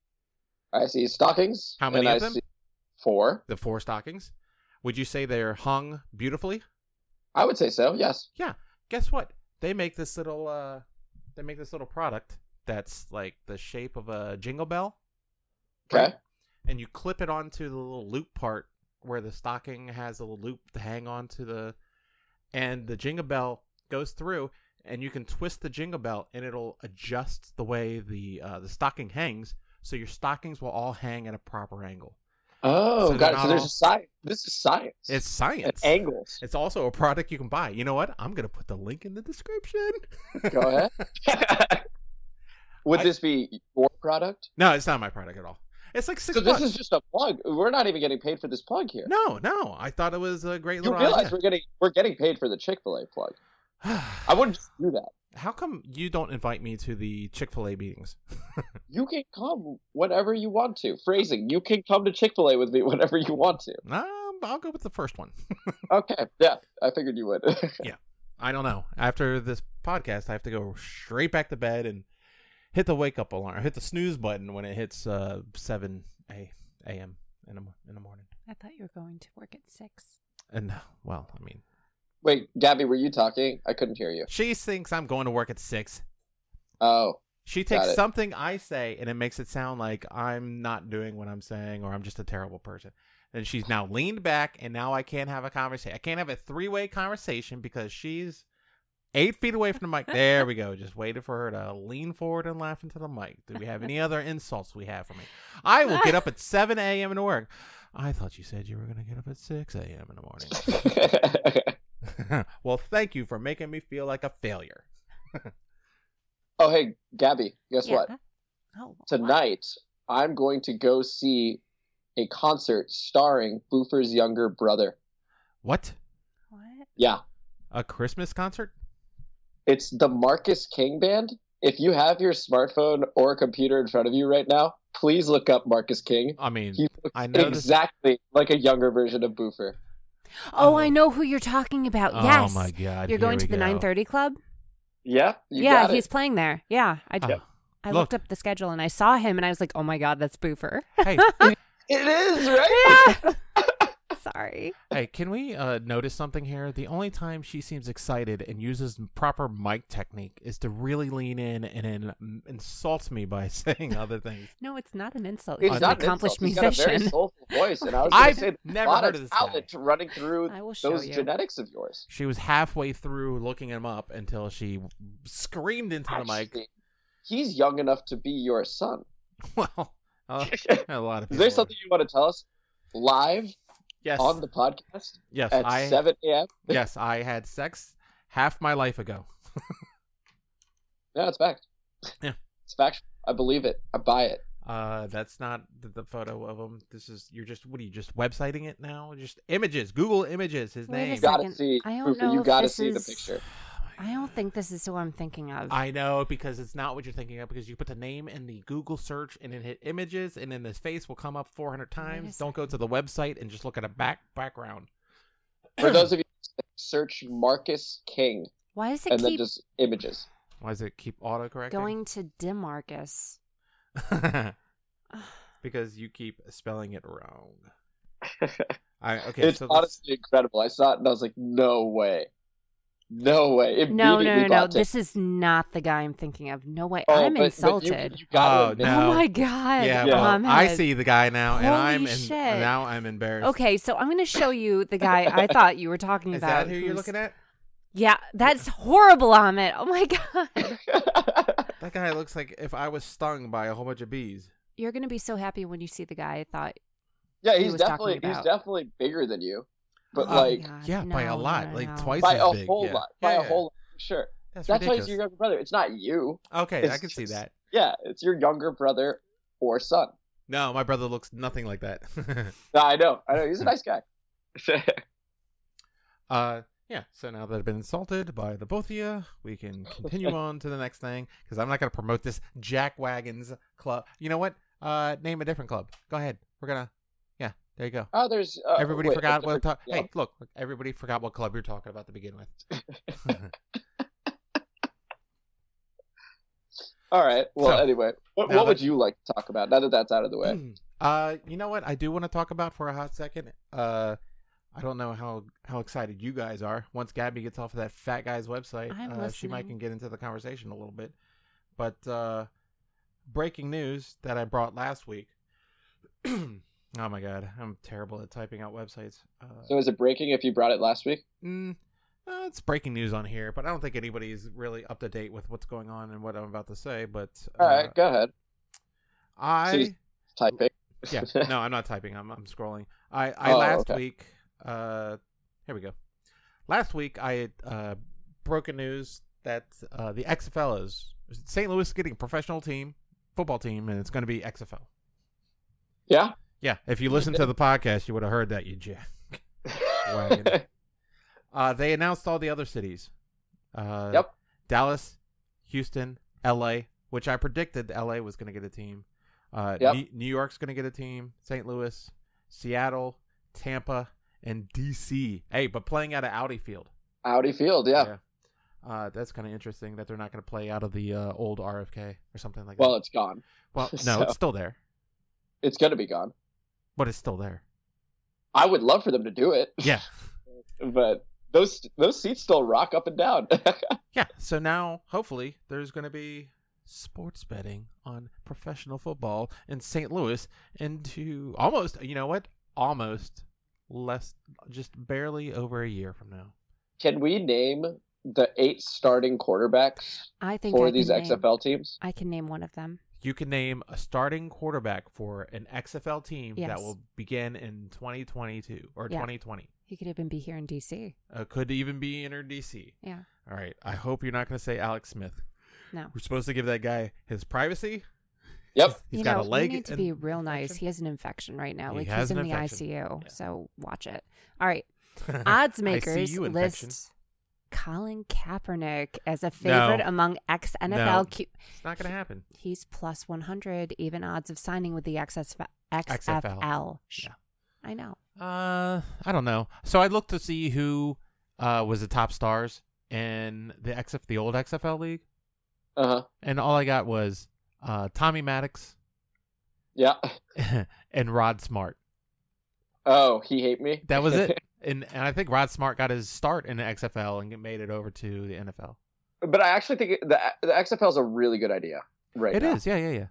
C: I see stockings.
B: How many
C: and
B: of
C: I
B: them?
C: See four.
B: the four stockings would you say they're hung beautifully
C: I would say so. Yes.
B: guess what? They make this little uh they make this little product that's like the shape of a jingle bell.
C: Okay.
B: And you clip it onto the little loop part where the stocking has a little loop to hang on to the and the jingle bell goes through and you can twist the jingle bell and it'll adjust the way the uh, the stocking hangs so your stockings will all hang at a proper angle.
C: Oh,
B: So they're
C: got it.
B: not
C: So there's
B: all-
C: a science. This is science.
B: It's
C: and
B: science.
C: angles.
B: It's also a product you can buy. You know what? I'm going to put the link in the description.
C: Go ahead. Would
B: I-
C: this be your product?
B: No, it's not my product at all. It's like six
C: So
B: bucks.
C: this is just a plug. We're not even getting paid for this plug here.
B: No, no. I thought it was a great
C: you
B: little
C: realize
B: idea.
C: we're getting we're getting paid for the Chick Fil A plug. I wouldn't just do that.
B: How come you don't invite me to the Chick Fil A meetings?
C: You can come whenever you want to. Phrasing. You can come to Chick Fil A with me whenever you want to.
B: Um, I'll go with the first one.
C: Okay. Yeah, I figured you would.
B: I don't know. After this podcast, I have to go straight back to bed and hit the wake up alarm, hit the snooze button when it hits uh seven a a.m. in the mo- in the morning.
A: I thought you were going to work at six.
B: And uh, well, I mean,
C: Wait, Gabby, were you talking? I couldn't hear you.
B: she thinks I'm going to work at six.
C: Oh,
B: She
C: Got
B: takes
C: it.
B: something I say and it makes it sound like I'm not doing what I'm saying or I'm just a terrible person. And she's now leaned back and now I can't have a conversation. I can't have a three way conversation because she's eight feet away from the mic. There we go. Just waited for her to lean forward and laugh into the mic. Do we have any other insults we have for me? I will get up at 7 a.m. to work. I thought you said you were going to get up at 6 a.m. in the morning. well, thank you for making me feel like a failure.
C: oh, hey, Gabby. Guess
A: Yeah.
C: what?
A: Oh, what?
C: Tonight, I'm going to go see a concert starring Boofer's younger brother.
B: What?
A: What?
C: Yeah,
B: A Christmas concert?
C: it's the Marcus King Band. If you have your smartphone or computer in front of you right now, please look up Marcus King.
B: I mean,
C: He looks
B: I know this-
C: exactly like a younger version of Boofer.
A: Oh,
B: Oh.
A: I know who you're talking about.
B: Oh
A: yes.
B: my god.
A: You're going to the
B: nine thirty.
A: 9:30 club?
C: Yeah, you
A: yeah,
C: got
A: he's
C: it.
A: playing there. Yeah, I
B: Yep.
A: I
B: Oh, Look.
A: looked up the schedule and I saw him and I was like, "Oh my god, that's Boofer."
B: hey,
C: It is right.
A: yeah. Sorry.
B: hey, can we uh, notice something here? The only time she seems excited and uses proper mic technique is to really lean in and then insults me by saying other things.
A: No, it's not an insult.
C: It's
A: He's
C: not
A: an accomplished
C: an insult.
A: musician.
C: He's got a very soulful voice, and I was going
B: I've
C: to say, there's
B: never
C: a lot
B: heard of
C: of
B: this guy.
C: talent running through
A: I will show
C: those
A: you.
C: genetics of yours.
B: She was halfway through looking him up until she screamed into the mic.
C: Actually, He's young enough to be your son.
B: Well, uh, a lot of people.
C: Is there
B: are.
C: something you want to tell us live
B: Yes,
C: on the podcast
B: yes,
C: at
B: I,
C: 7 a.m.?
B: yes, I had sex half my life ago.
C: No, it's fact.
B: Yeah.
C: It's factual. I believe it. I buy it.
B: Uh, that's not the, the photo of him. This is you're just what are you just websiting it now? Just images, Google images. His
A: Wait a
B: name.
C: You gotta
A: Second,
C: see.
A: I don't
C: Cooper,
A: know
C: you
A: if
C: gotta
A: this
C: see the
A: is-
C: picture.
A: I don't think this is who I'm thinking of.
B: I know because it's not what you're thinking of because you put the name in the Google search and then hit images and then this face will come up 400 times. Don't go to the website and just look at a back background.
C: For those of you, search Marcus King
A: Why does it
C: and then
A: keep
C: just images.
B: Why does it keep autocorrecting?
A: going to Demarcus?
B: because you keep spelling it wrong. I okay.
C: it's
B: so this-
C: honestly incredible. I saw it and I was like, no way. No way.
A: No, no, no,
C: Immediately
A: no.
C: got taken.
A: This is not the guy I'm thinking of. No way.
C: Oh,
A: I'm
C: but- but you-
A: insulted.
C: you gotta
B: Oh,
C: admit
B: no.
A: Oh my god.
B: yeah,
C: Yeah.
B: well, I
A: Mohammed.
B: see the guy now, and
A: Holy
B: I'm
A: shit.
B: and now I'm embarrassed.
A: Okay, so I'm going to show you the guy I thought you were talking
B: is
A: about.
B: that who you're
A: who's-
B: looking at?
A: Yeah, that's horrible, Amit. Oh my god.
B: That guy looks like if I was stung by a whole bunch of bees.
A: You're going to be so happy when you see the guy I thought
C: yeah,
A: he
C: he's
A: was talking
C: definitely he's
A: about.
C: definitely bigger than you, but
A: Oh my
C: like
A: God,
B: yeah, by a
A: no,
B: lot,
A: no,
B: like
A: no.
B: twice
C: by
B: as
C: a
B: big.
C: whole
B: yeah.
C: lot, by
B: Yeah,
C: a
B: yeah.
C: whole lot, sure.
B: That's,
C: That's why
B: ridiculous.
C: he's your younger brother. It's not you.
B: Okay, I
C: It's
B: can see
C: just-
B: that.
C: Yeah, it's your younger brother or son.
B: No, my brother looks nothing like that.
C: No, I know. I know. He's a nice guy.
B: uh, yeah. So now that I've been insulted by the both of you, we can continue on to the next thing because I'm not going to promote this Jack Wagons club. You know what? Uh, name a different club. Go ahead. We're gonna. Yeah, there you go.
C: oh, there's uh,
B: everybody
C: wait, a
B: forgot what.
C: different-
B: Ta-
C: yeah.
B: Hey, look, look, everybody forgot what club you're talking about to begin with.
C: All right. Well,
B: So,
C: anyway, what,
B: now
C: what would
B: that-
C: you like to talk about now that that's out of the way?
B: Uh, you know what? I do want to talk about for a hot second. Uh, I don't know how how excited you guys are. Once Gabby gets off of that fat guy's website,
A: I'm
B: uh, she might
A: listening.
B: can get into the conversation a little bit. But uh, breaking news that I brought last week. oh my god, I'm terrible at typing out websites. Uh,
C: So is it breaking if you brought it last week?
B: mm, uh, it's breaking news on here, but I don't think anybody's really up to date with what's going on and what I'm about to say. But uh,
C: All right, go ahead.
B: I.
C: Typing.
B: yeah no i'm not typing i'm, I'm scrolling i i
C: Oh,
B: last
C: okay.
B: week uh here we go last week i had uh broken news that uh the xfl is st louis is getting a professional team football team and it's going to be xfl
C: yeah.
B: yeah if you listened to the podcast you would have heard that you jack Wagon. uh they announced all the other cities uh
C: Yep.
B: dallas houston la which i predicted la was going to get a team uh
C: Yep.
B: New- new york's going to get a team st louis seattle tampa and dc hey but playing out of audi field
C: Audi Field. Yeah.
B: Uh, that's kind of interesting that they're not going to play out of the uh, old RFK or something like
C: Well,
B: that.
C: it's gone.
B: Well, no,
C: so-
B: it's still there,
C: It's gonna be gone.
B: but it's still there.
C: I would love for them to do it.
B: Yeah,
C: but those those seats still rock up and down.
B: yeah. So now, hopefully, there's going to be sports betting on professional football in St. Louis into almost, you know what? Almost less, just barely over a year from now.
C: Can we name the eight starting quarterbacks
A: I think
C: for
A: I
C: these
A: can Name,
C: XFL teams?
A: I can name one of them.
B: You can name a starting quarterback for an XFL team that
A: Yes.
B: will begin in 2022 or
A: Yeah.
B: 2020.
A: He could even be here in DC.
B: Uh, could even be in her DC.
A: Yeah.
B: All right. I hope you're not going to say Alex Smith.
A: No.
B: We're supposed to give that guy his privacy.
C: Yep.
B: He's
A: you
B: got
A: know,
B: a leg.
A: You need to
B: and-
A: be real nice.
B: infection.
A: He has an infection right now.
B: He
A: like
B: has
A: he's
B: an
A: in
B: infection.
A: the ICU.
B: Yeah.
A: So watch it. All right.
B: I see
A: Odds makers
B: you, infection.
A: list Colin Kaepernick as a favorite
B: No.
A: among ex
B: No.
A: NFL. Q-
B: It's not going to happen.
A: He's plus 100, even odds of signing with the XSF- XFL.
B: XFL.
A: Shh.
B: Yeah.
A: I know.
B: Uh, I don't know. So I looked to see who uh was the top stars in the XF the old XFL league,
C: Uh huh.
B: and all I got was uh Tommy Maddox
C: Yeah.
B: and Rod Smart.
C: Oh, he hate me.
B: That was it. and and I think Rod Smart got his start in the XFL and made it over to the NFL.
C: but I actually think the the XFL is a really good idea. Right.
B: It is,
C: now.
B: yeah, yeah, yeah.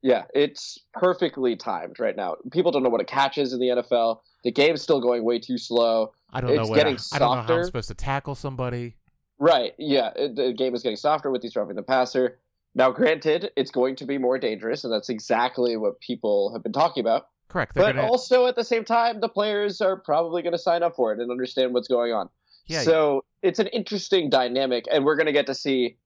C: Yeah, it's perfectly timed right now. People don't know what a catch is in the NFL. The game's still going way too slow.
B: I don't know
C: It's
B: what
C: getting
B: I, I don't know how I'm
C: softer.
B: supposed to tackle somebody.
C: Right. Yeah, it- the game is getting softer with these roughing the passer. Now, granted, it's going to be more dangerous, and that's exactly what people have been talking about.
B: Correct. They're
C: But
B: gonna,
C: also at the same time, the players are probably going to sign up for it and understand what's going on.
B: yeah, yeah.
C: so it's an interesting dynamic, and we're going to get to see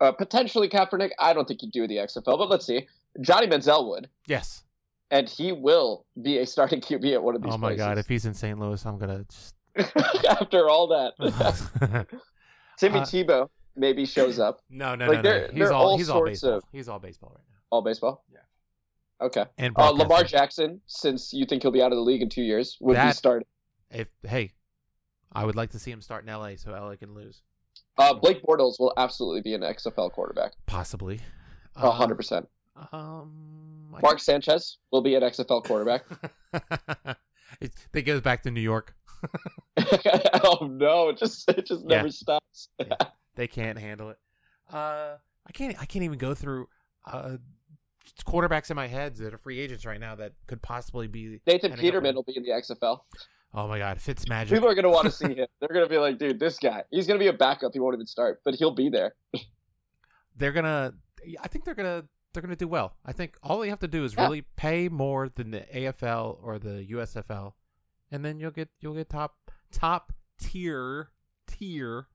C: uh, potentially Kaepernick. I don't think he'd do the XFL, but let's see. Johnny Manziel would,
B: yes.
C: and he will be a starting QB at one of these.
B: Oh my god, if
C: places.
B: he's in St. Louis, I'm gonna just.
C: After all that, Timmy
B: Uh,
C: Tebow maybe shows up.
B: no, no, no, no.
C: Like, there-
B: He's
C: there are
B: all,
C: all
B: he's all
C: sorts
B: baseball.
C: of-
B: He's all baseball right now.
C: All baseball.
B: Yeah.
C: Okay.
B: And
C: Uh, Lamar
B: broadcasting.
C: Jackson, since you think he'll be out of the league in two years, would he
B: That-
C: start?
B: If hey, I would like to see him start in L.A. so L.A. can lose
C: Uh, Blake Bortles will absolutely be an XFL quarterback,
B: possibly. Uh,
C: a hundred percent.
B: Um, um, I-
C: Mark Sanchez will be an XFL quarterback.
B: it, it goes back to New York.
C: oh no, it just it just
B: Yeah.
C: never stops.
B: They can't handle it. Uh, I can't. I can't even go through uh quarterbacks in my head that are free agents right now that could possibly be.
C: Nathan
B: And a
C: Peterman
B: couple-
C: will be in the XFL.
B: Oh my God, Fitz Magic.
C: People are going to want to see him. They're going to be like, dude, this guy. He's going to be a backup. He won't even start, but he'll be there.
B: they're gonna i think they're gonna they're gonna do well i think all they have to do is
C: Yeah.
B: really pay more than the afl or the usfl and then you'll get you'll get top top tier tier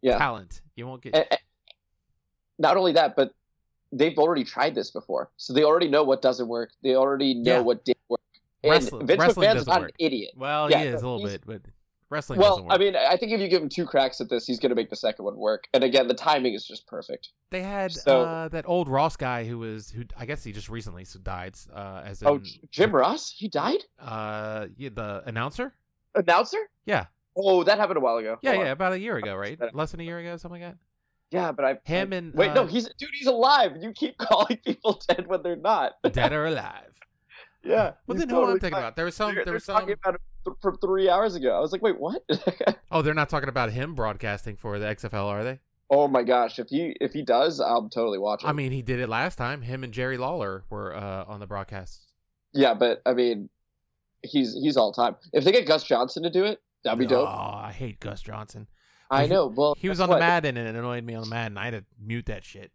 C: Yeah. Eh,
B: talent you won't get
C: And- and not only that, but they've already tried this before, so they already know what doesn't work. They already know
B: Yeah.
C: what did work. And
B: Wrestling-
C: Vince
B: wrestling
C: McMahon's
B: doesn't
C: not
B: work.
C: an idiot.
B: well
C: yeah,
B: he is a little
C: he's-
B: bit but wrestling
C: well,
B: doesn't work
C: I mean, I think if you give him two cracks at this, he's going to make the second one work. And again, the timing is just perfect.
B: they had
C: so-
B: uh, that old ross guy who was who i guess he just recently s- died uh as in,
C: oh, J- Jim Ross, he died.
B: uh yeah, the announcer
C: Announcer?
B: Yeah.
C: Oh, that happened a while ago.
B: yeah
C: Hold on.
B: yeah about a year ago right
C: Better.
B: less than a year ago something like that
C: Yeah, but I
B: Him
C: I-
B: and,
C: wait, no,
B: uh,
C: he's dude, he's alive. You keep calling people dead when they're not.
B: dead or alive
C: Yeah.
B: Well,
C: he's
B: then who am I
C: totally
B: thinking
C: fine.
B: about? There was some. There
C: They're, they're
B: was some.
C: talking about it th- from three hours ago. I was like, wait, what?
B: Oh, they're not talking about him broadcasting for the XFL, are they?
C: oh my gosh, if he if he does, I'm totally watching.
B: I mean, he did it last time. Him and Jerry Lawler were uh, on the broadcast.
C: yeah, but I mean, he's he's all time. If they get Gus Johnson to do it, that'd be dope.
B: Oh, I hate Gus Johnson.
C: I
B: he-
C: know. Well,
B: He was
C: guess
B: on the Madden, and it annoyed me on the Madden. I had to mute that shit.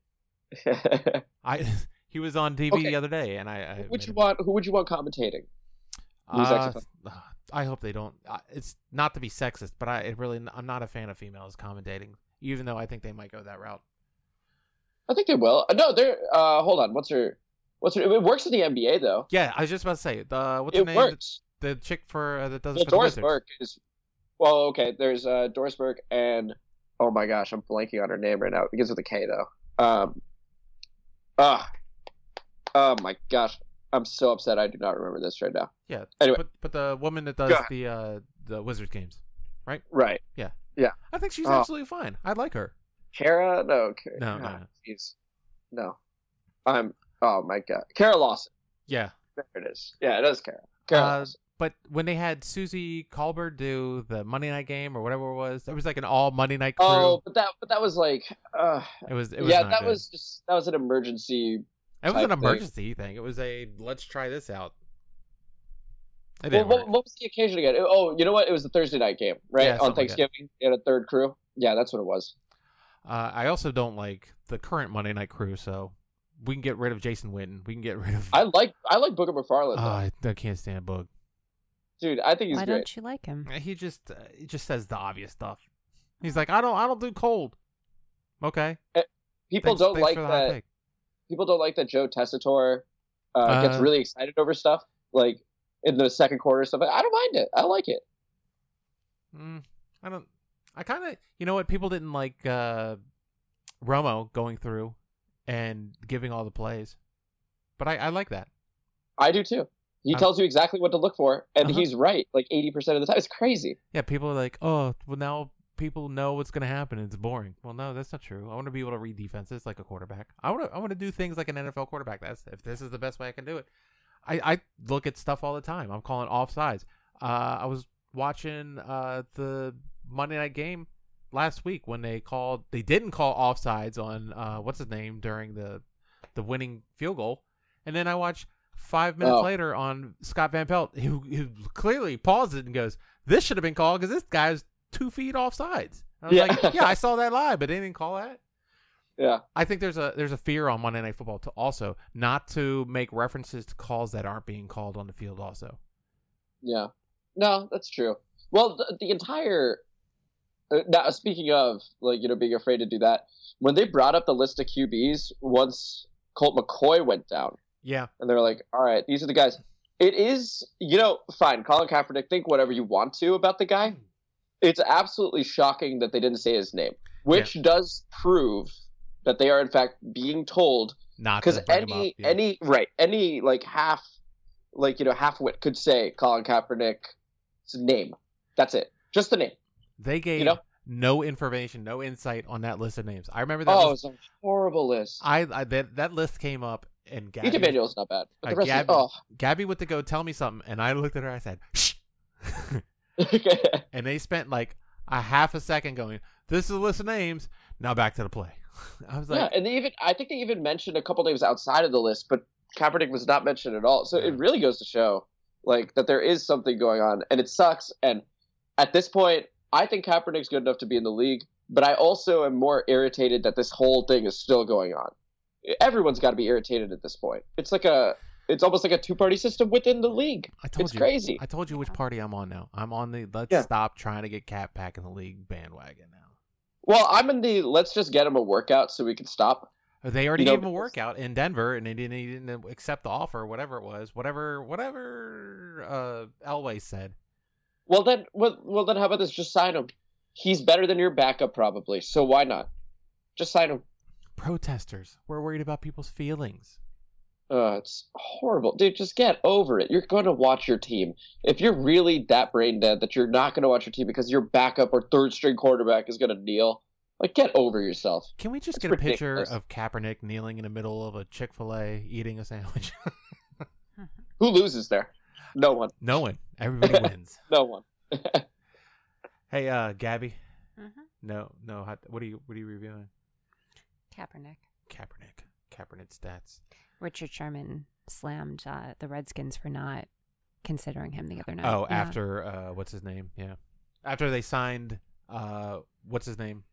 C: what?
B: I he was on TV
C: Okay.
B: the other day, and I. I
C: Who
B: made
C: would you
B: him-
C: want? Who would you want commentating? Who's
B: Uh,
C: XFL?
B: I hope they don't. I- It's not to be sexist, but I it really I'm not a fan of females commentating, even though I think they might go that route.
C: I think they will. Uh, No, they're. Uh, hold on. What's her? What's her? It works in the NBA though.
B: Yeah, I was just about to say the what's
C: It
B: the name
C: works.
B: the chick for uh, that does it for
C: Well,
B: the
C: Doris
B: Wizards.
C: Burke is. Well, okay. There's uh, Doris Burke and oh my gosh, I'm blanking on her name right now. It begins with a K though. Um. Ah. oh my gosh, I'm so upset. I do not remember this right now.
B: Yeah.
C: Anyway.
B: but, but the woman that does
C: Go ahead.
B: the uh, the Wizards games,
C: Right.
B: I think she's
C: Oh.
B: absolutely fine. I like her.
C: Kara? No. Kara,
B: No, no,
C: ah,
B: no.
C: Jeez. No. I'm. Oh my god. Kara Lawson.
B: Yeah,
C: There it is. Yeah, it is Kara. Kara.
B: Uh,
C: Lawson.
B: but when they had Susie Colbert do the Monday night game or whatever it was, there was like an all Monday night crew.
C: Oh, but that but that was like. Uh,
B: it was. It was
C: yeah,
B: not
C: that
B: good.
C: was just that was an emergency.
B: It was an
C: type thing.
B: emergency thing. It was a let's try this out. It
C: Well,
B: didn't
C: what,
B: work.
C: what was the occasion again? Oh, you know what? It was the Thursday night game, right?
B: Yeah,
C: On
B: something like that.
C: Thanksgiving, you had a third crew. Yeah, that's what it was.
B: Uh, I also don't like the current Monday night crew, so we can get rid of Jason Witten. We can get rid of.
C: I like I like Booker McFarland,
B: Oh, I,
C: though.
B: I can't stand Boog.
C: dude. I think he's
A: Why
C: great.
A: don't you like him?
B: He just uh, he just says the obvious stuff. He's like, I don't I don't do cold. Okay.
C: People
B: Thanks-
C: don't
B: thanks
C: like
B: for the hot
C: that.
B: take.
C: People don't like that Joe Tessitore uh,
B: Uh,
C: gets really excited over stuff, like in the second quarter or something. I don't mind it. I like it.
B: Mm, I don't. I kind of you know what people didn't like uh, Romo going through and giving all the plays, but I I like that.
C: I do too. He
B: I'm-
C: tells you exactly what to look for, and
B: Uh-huh.
C: he's right like 80% of the time. It's crazy.
B: Yeah, people are like, oh, well now people know what's gonna happen. It's boring. Well, no, that's not true. I want to be able to read defenses like a quarterback. I want to. I want to do things like an NFL quarterback. That's if this is the best way I can do it. I, I look at stuff all the time. I'm calling offsides. Uh, I was watching uh, the Monday night game last week when they called. They didn't call offsides on uh, what's his name during the the winning field goal, and then I watched five minutes
C: Oh.
B: later on Scott Van Pelt, who, who clearly paused it and goes, "This should have been called because this guy's two feet offsides." And I was
C: Yeah.
B: like, "Yeah, I saw that live, but they didn't call that."
C: Yeah.
B: I think there's a there's a fear on Monday Night Football to also not to make references to calls that aren't being called on the field. Also,
C: Yeah. No, that's true. Well, the, the entire. Uh, now, speaking of, like, you know, being afraid to do that, when they brought up the list of QBs once Colt McCoy went down,
B: yeah,
C: and they're like, all right, these are the guys. It is, you know, fine, Colin Kaepernick, think whatever you want to about the guy. It's absolutely shocking that they didn't say his name, which does prove that they are, in fact, being told
B: not to
C: because
B: bring him
C: any
B: up, yeah.
C: any right any like half like you know half wit could say Colin Kaepernick's name. That's it, just the name.
B: they gave
C: know?
B: no information, no insight on that list of names. I remember that.
C: Oh,
B: list,
C: it's a horrible list.
B: I, I that that list came up and Gabby,
C: Each Manuel's not bad, but the
B: Uh,
C: rest.
B: Gabby-
C: Of,
B: Gabby went to go tell me something, and I looked at her. I said, "Shh,"
C: oh,
B: and they spent like a half a second going, "This is the list of names." Now back to the play. I was
C: yeah,
B: like,
C: and they even I think they even mentioned a couple names outside of the list, but Kaepernick was not mentioned at all. So
B: Yeah.
C: it really goes to show like that there is something going on, and it sucks. And at this point, I think Kaepernick's good enough to be in the league, but I also am more irritated that this whole thing is still going on. Everyone's got to be irritated at this point. It's like a it's almost like a two party system within the league.
B: "I told
C: It's
B: you."
C: crazy.
B: I told you which party I'm on now. I'm on the let's
C: Yeah.
B: stop trying to get Cat back in the league bandwagon now.
C: Well, I'm in the let's just get him a workout so we can stop.
B: Uh, They already
C: You know,
B: gave him a
C: because-
B: workout in Denver, and they didn't, he didn't accept the offer, whatever it was, whatever whatever uh, Elway said.
C: Well then, well, well then, how about this? Just sign him. He's better than your backup probably, so why not? Just sign him.
B: Protesters, we're worried about people's feelings.
C: Uh, it's horrible, dude. Just get over it. You're going to watch your team. If you're really that brain dead that you're not going to watch your team because your backup or third string quarterback is going to kneel, like get over yourself.
B: Can we just
C: That's
B: get a picture
C: ridiculous.
B: of Kaepernick kneeling in the middle of a Chick Fil A eating a sandwich?
C: Who loses there? No one.
B: no one. Everybody wins.
C: No one.
B: Hey, uh, Gabby.
A: Mm-hmm.
B: No, no. hot- What are you? What are you reviewing?
A: Kaepernick.
B: Kaepernick. Kaepernick stats.
A: Richard Sherman slammed uh, the Redskins for not considering him the other night.
B: Oh,
A: Yeah.
B: after uh, what's his name? Yeah, after they signed uh, what's his name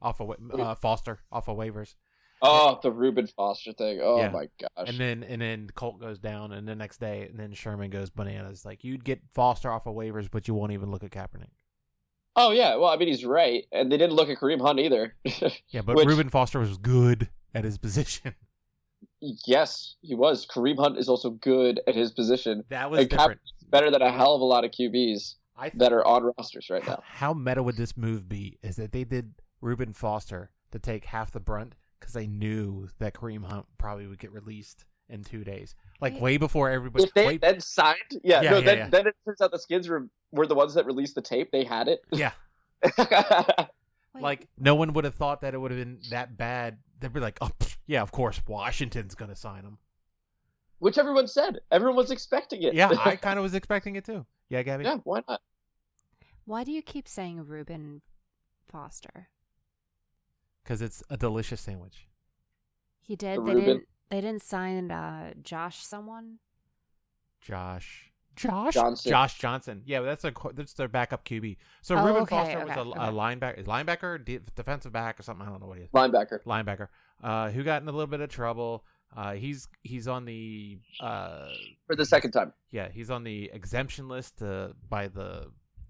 B: off of wa- uh, Foster off of waivers,
C: Oh, the Ruben Foster thing. Oh
B: Yeah.
C: my gosh.
B: and then and then Colt goes down, and the next day, and then Sherman goes bananas. Like you'd get Foster off of waivers, but you won't even look at Kaepernick.
C: oh yeah. Well, I mean, he's right, and they didn't look at Kareem Hunt either.
B: Yeah, but
C: Which-
B: Reuben Foster was good at his position.
C: yes, he was. Kareem Hunt is also good at his position.
B: That was
C: And Kaep-
B: different.
C: better than a hell of a lot of QBs
B: I th-
C: that are on rosters right
B: how,
C: now.
B: how meta would this move be? Is that they did Reuben Foster to take half the brunt because they knew that Kareem Hunt probably would get released in two days, like
A: Wait.
B: way before everybody.
C: if they
B: way-
C: then signed, yeah,
B: Yeah,
C: no,
B: yeah,
C: then,
B: yeah.
C: then it turns out the Skins were were the ones that released the tape. They had it.
B: yeah,
A: Wait,
B: like no one would have thought that it would have been that bad. They'd be like, oh, pff, yeah, of course, Washington's going to sign him.
C: Which everyone said. Everyone was expecting it.
B: Yeah, I kind of was expecting it too. Yeah, Gabby.
C: yeah, why not?
A: why do you keep saying Reuben Foster?
B: because it's a delicious sandwich.
A: He did. They
C: Reuben?
A: didn't. They didn't sign uh, Josh someone.
B: Josh. Josh
C: Johnson.
B: Josh Johnson. Yeah, that's a qu- that's their backup QB. So
A: Oh,
B: Reuben
A: okay,
B: Foster was
A: okay,
B: a, a
A: okay.
B: linebacker, linebacker, de- defensive back, or something. I don't know what he is.
C: Linebacker.
B: Linebacker, uh, who got in a little bit of trouble. Uh, he's he's on the uh,
C: For the second time.
B: yeah he's on the exemption list uh, by the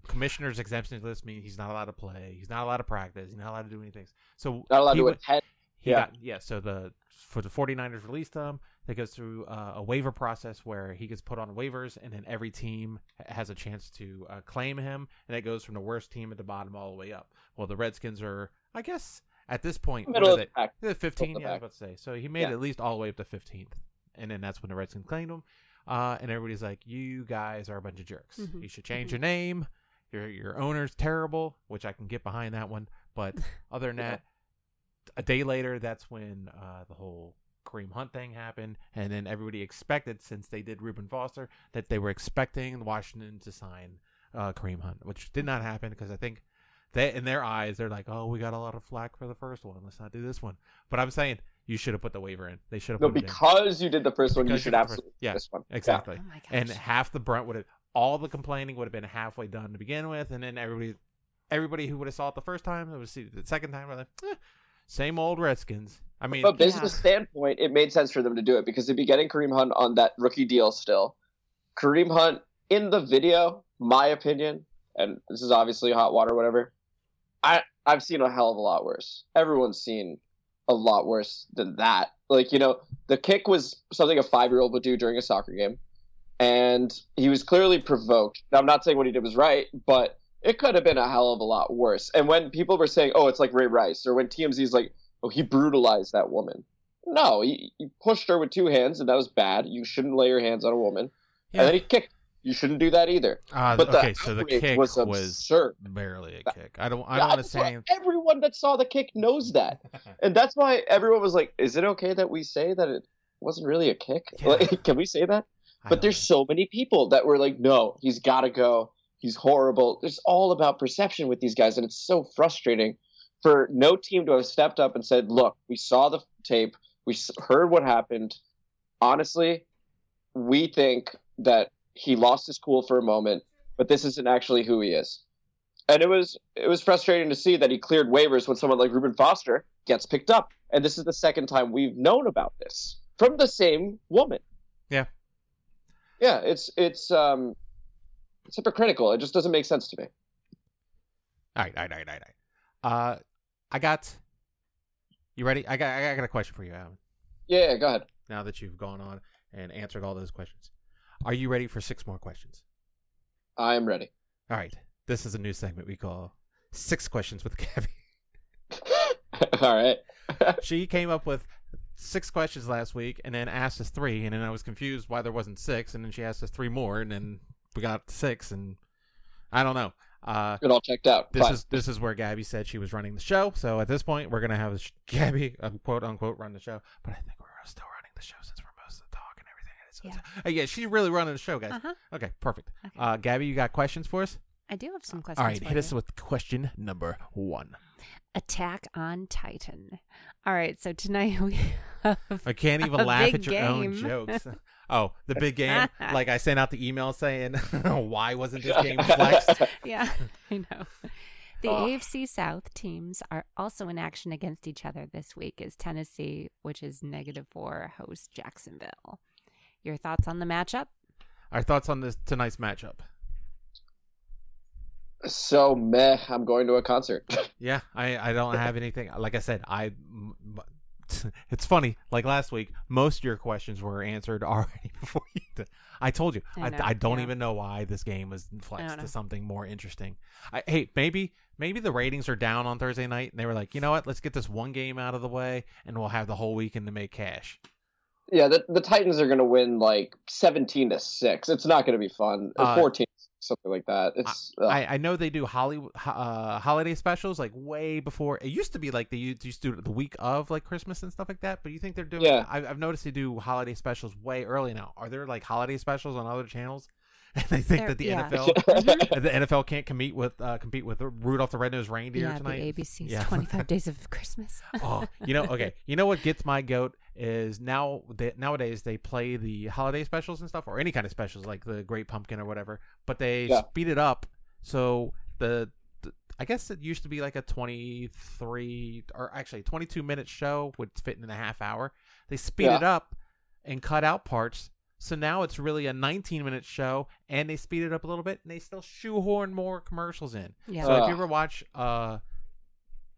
B: commissioner's exemption list. Meaning he's not allowed to play. He's not allowed to practice. He's not allowed to do anything. So
C: Not allowed
B: he
C: to
B: went-
C: attend.
B: he
C: Yeah.
B: got yeah so the for the 49ers released him that goes through uh, a waiver process where he gets put on waivers and then every team has a chance to uh, claim him and it goes from the worst team at the bottom all the way up well the redskins are i guess at this point what
C: Middle
B: are
C: of
B: they?
C: the pack.
B: Yeah, 15
C: Middle of the
B: yeah i was
C: pack.
B: about to say so he made
C: Yeah.
B: it at least all the way up to 15th and then that's when the redskins claimed him Uh, and everybody's like, "You guys are a bunch of jerks.
C: Mm-hmm.
A: Mhm.
B: You should change your name. Your your owner's terrible," which I can get behind that one. But other than that, a day later, that's when uh, the whole Kareem Hunt thing happened, and then everybody expected, since they did Reuben Foster, that they were expecting Washington to sign uh, Kareem Hunt, which did not happen because I think they, in their eyes, they're like, "Oh, we got a lot of flack for the first one. Let's not do this one." But I'm saying you should have put the waiver in. They should have
C: No,
B: put it in.
C: because you did the first one, you
B: Because
C: should
B: you did the first-
C: absolutely
B: yeah,
C: do this one. Yeah.
B: Exactly.
A: Oh my gosh.
B: And half the brunt would have all the complaining would have been halfway done to begin with, and then everybody everybody who would have saw it the first time, would have seen it the second time, were like, eh, same old Redskins. I mean,
C: From a business standpoint, it made sense for them to do it because they'd be getting Kareem Hunt on that rookie deal still. Kareem Hunt in the video, my opinion, and this is obviously hot water, whatever. I I've seen a hell of a lot worse. Everyone's seen a lot worse than that. Like you know, the kick was something a five year old would do during a soccer game, and he was clearly provoked. Now, I'm not saying what he did was right, but it could have been a hell of a lot worse. And when people were saying, "Oh, it's like Ray Rice," or when TMZ's like oh, he brutalized that woman. No, he, he pushed her with two hands, and that was bad. You shouldn't lay your hands on a woman.
B: Yeah.
C: And then he kicked. You shouldn't do that either.
B: Ah,
C: But the
B: okay, so the
C: outrage
B: kick
C: was
B: was,
C: absurd.
B: barely a kick. I don't. I don't want to
C: That's why
B: say.
C: everyone that saw the kick knows that, and that's why everyone was like, "Is it okay that we say that it wasn't really a kick?
B: Yeah.
C: Like, can we say that?"
B: I
C: But
B: don't
C: there's so many people that were like, no, he's got to go. He's horrible. It's all about perception with these guys. And it's so frustrating for no team to have stepped up and said, look, we saw the tape. We s- heard what happened. Honestly, we think that he lost his cool for a moment, but this isn't actually who he is. And it was it was frustrating to see that he cleared waivers when someone like Ruben Foster gets picked up. And this is the second time we've known about this from the same woman. Yeah, it's it's um it's hypocritical. It just doesn't make sense to me.
B: All right, all right, all right, all right. Uh, I got. You ready? I got. I got a question for you, Adam.
C: Yeah, go ahead.
B: Now that you've gone on and answered all those questions, are you ready for six more questions?
C: I'm ready.
B: All right. This is a new segment we call Six Questions with Gabby.
C: All right.
B: she came up with six questions last week and then asked us three, and then I was confused why there wasn't six, and then she asked us three more, and then we got six, and I don't know. Uh,
C: It all checked out.
B: this
C: Fine.
B: is this is where Gabby said she was running the show. So at this point, we're gonna have sh- Gabby uh, quote unquote run the show, but I think we're still running the show since we're most of the talk and everything. So, yeah. uh, yeah, she's really running the show, guys.
A: Uh-huh.
B: Okay, perfect.
A: Okay.
B: Uh, Gabby, you got questions for us?
A: I do have some questions.
B: All right,
A: for
B: hit
A: you.
B: us with question number one.
A: Attack on Titan. All right, so tonight we have
B: I can't even
A: A
B: laugh
A: big
B: at your own
A: game.
B: jokes. Oh, the big game! like I sent out the email saying, "Why wasn't this game flexed?"
A: yeah, I know. The
C: Oh.
A: AFC South teams are also in action against each other this week as Tennessee, which is negative four, hosts Jacksonville. Your thoughts on the matchup?
B: Our thoughts on this tonight's matchup?
C: so meh. I'm going to a concert.
B: Yeah, I, I don't have anything. Like I said, I m- m- it's funny. Like last week, most of your questions were answered already before you. Did. I told you.
A: I
B: I,
A: know,
B: I don't
A: yeah.
B: even know why this game was flexed
A: know.
B: to something more interesting. I, hey, maybe maybe the ratings are down on Thursday night, and they were like, you know what? Let's get this one game out of the way, and we'll have the whole weekend to make cash.
C: yeah, the, the Titans are going to win like 17 to six. It's not going to be fun. Or
B: Uh,
C: 14, something like that. It's ugh.
B: I, I know they do Hollywood uh, holiday specials like way before. It used to be like they used used to do it the week of like Christmas and stuff like that. But you think they're doing?
C: Yeah.
B: I, I've noticed they do holiday specials way early now. Are there like holiday specials on other channels? And they think
A: There-
B: that the
A: yeah.
B: NFL the NFL can't compete with uh, compete with Rudolph the Red Nosed Reindeer
A: yeah,
B: tonight.
A: the ABC's
B: Yeah.
A: 25 Days of Christmas.
B: oh, you know, okay. You know what gets my goat is now they, nowadays they play the holiday specials and stuff, or any kind of specials like the Great Pumpkin or whatever, but they
C: Yeah.
B: speed it up. So the, the I guess it used to be like a twenty three or actually twenty two minute show would fit in a half hour. They speed
C: Yeah.
B: it up and cut out parts. So now it's really a 19 minute show, and they speed it up a little bit, and they still shoehorn more commercials in.
A: Yeah.
B: So if you
C: Ugh.
B: ever watch uh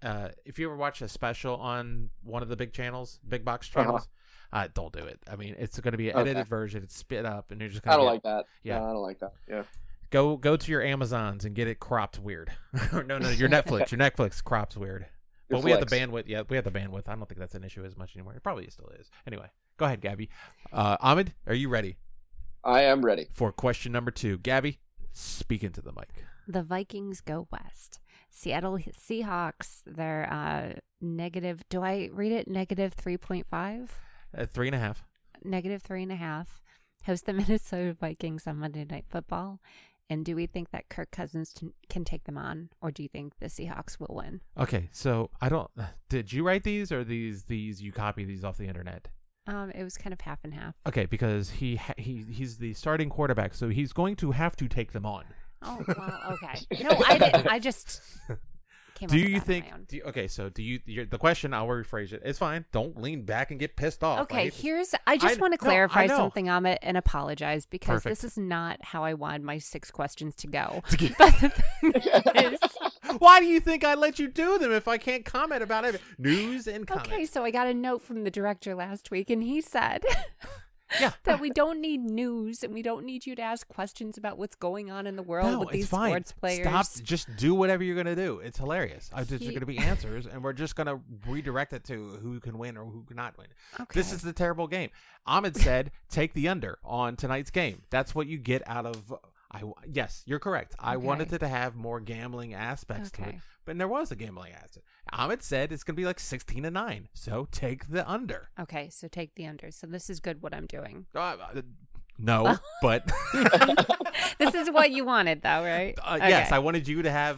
B: uh if you ever watch a special on one of the big channels, big box
C: Uh-huh.
B: channels, uh don't do it. I mean, it's going to be an
C: Okay.
B: edited version. It's spit up and you're just
C: I
B: going
C: don't
B: to
C: like that.
B: Yeah.
C: Yeah, I don't like that. Yeah.
B: go go to your Amazons and get it cropped weird. Oh, no, no, your Netflix, your Netflix crops weird. But we have the
C: Flex.
B: bandwidth. Yeah, we have the bandwidth. I don't think that's an issue as much anymore. It probably still is. Anyway, go ahead, Gabby. Uh Ahmed, are you ready?
C: I am ready.
B: for question number two. Gabby, speak into the mic.
A: The Vikings go west. Seattle Seahawks, they're uh, negative. Do I read it? Negative 3.5?
B: Uh, three and a half.
A: Negative three and a half. Host the Minnesota Vikings on Monday Night Football. And do we think that Kirk Cousins t- can take them on, or do you think the Seahawks will win?
B: Okay, so I don't. Did you write these or these? These you copy these off the internet?
A: Um, it was kind of half and half.
B: Okay, because he ha- he he's the starting quarterback, so he's going to have to take them on.
A: Oh well, okay. No, I didn't. I just came.
B: do
A: up with
B: you
A: that on my
B: think?
A: own.
B: Do you- okay, so do you? You're, the question I'll rephrase it. It's fine. Don't lean back and get pissed off.
A: Okay,
B: right?
A: here's. I just
B: Oh, I-
A: want
B: no,
A: to
B: I
A: clarify
B: know.
A: something on it and apologize because
B: Perfect.
A: this is not how I wanted my six questions to go. but the thing is,
B: Why do you think I let you do them if I can't comment about it? News and comments.
A: okay, so I got a note from the director last week, and he said
B: Yeah.
A: that we don't need news and we don't need you to ask questions about what's going on in the world
B: No,
A: with these
B: it's fine.
A: sports players.
B: Stop. Just do whatever you're gonna do. It's hilarious. I just
A: He-
B: are gonna be answers, and we're just gonna redirect it to who can win or who cannot win.
A: Okay.
B: This is the terrible game. Ahmed said, "Take the under on tonight's game." That's what you get out of. I yes, you're correct. I wanted
A: Okay.
B: it to have more gambling aspects to it,
A: Okay.
B: but there was a gambling aspect. Ahmed said it's gonna be like sixteen to nine, so take the under.
A: Okay, so take the under. So this is good. What I'm doing.
B: Uh, uh, no, but
A: this is what you wanted, though, right?
B: Uh, Yes,
A: Okay.
B: I wanted you to have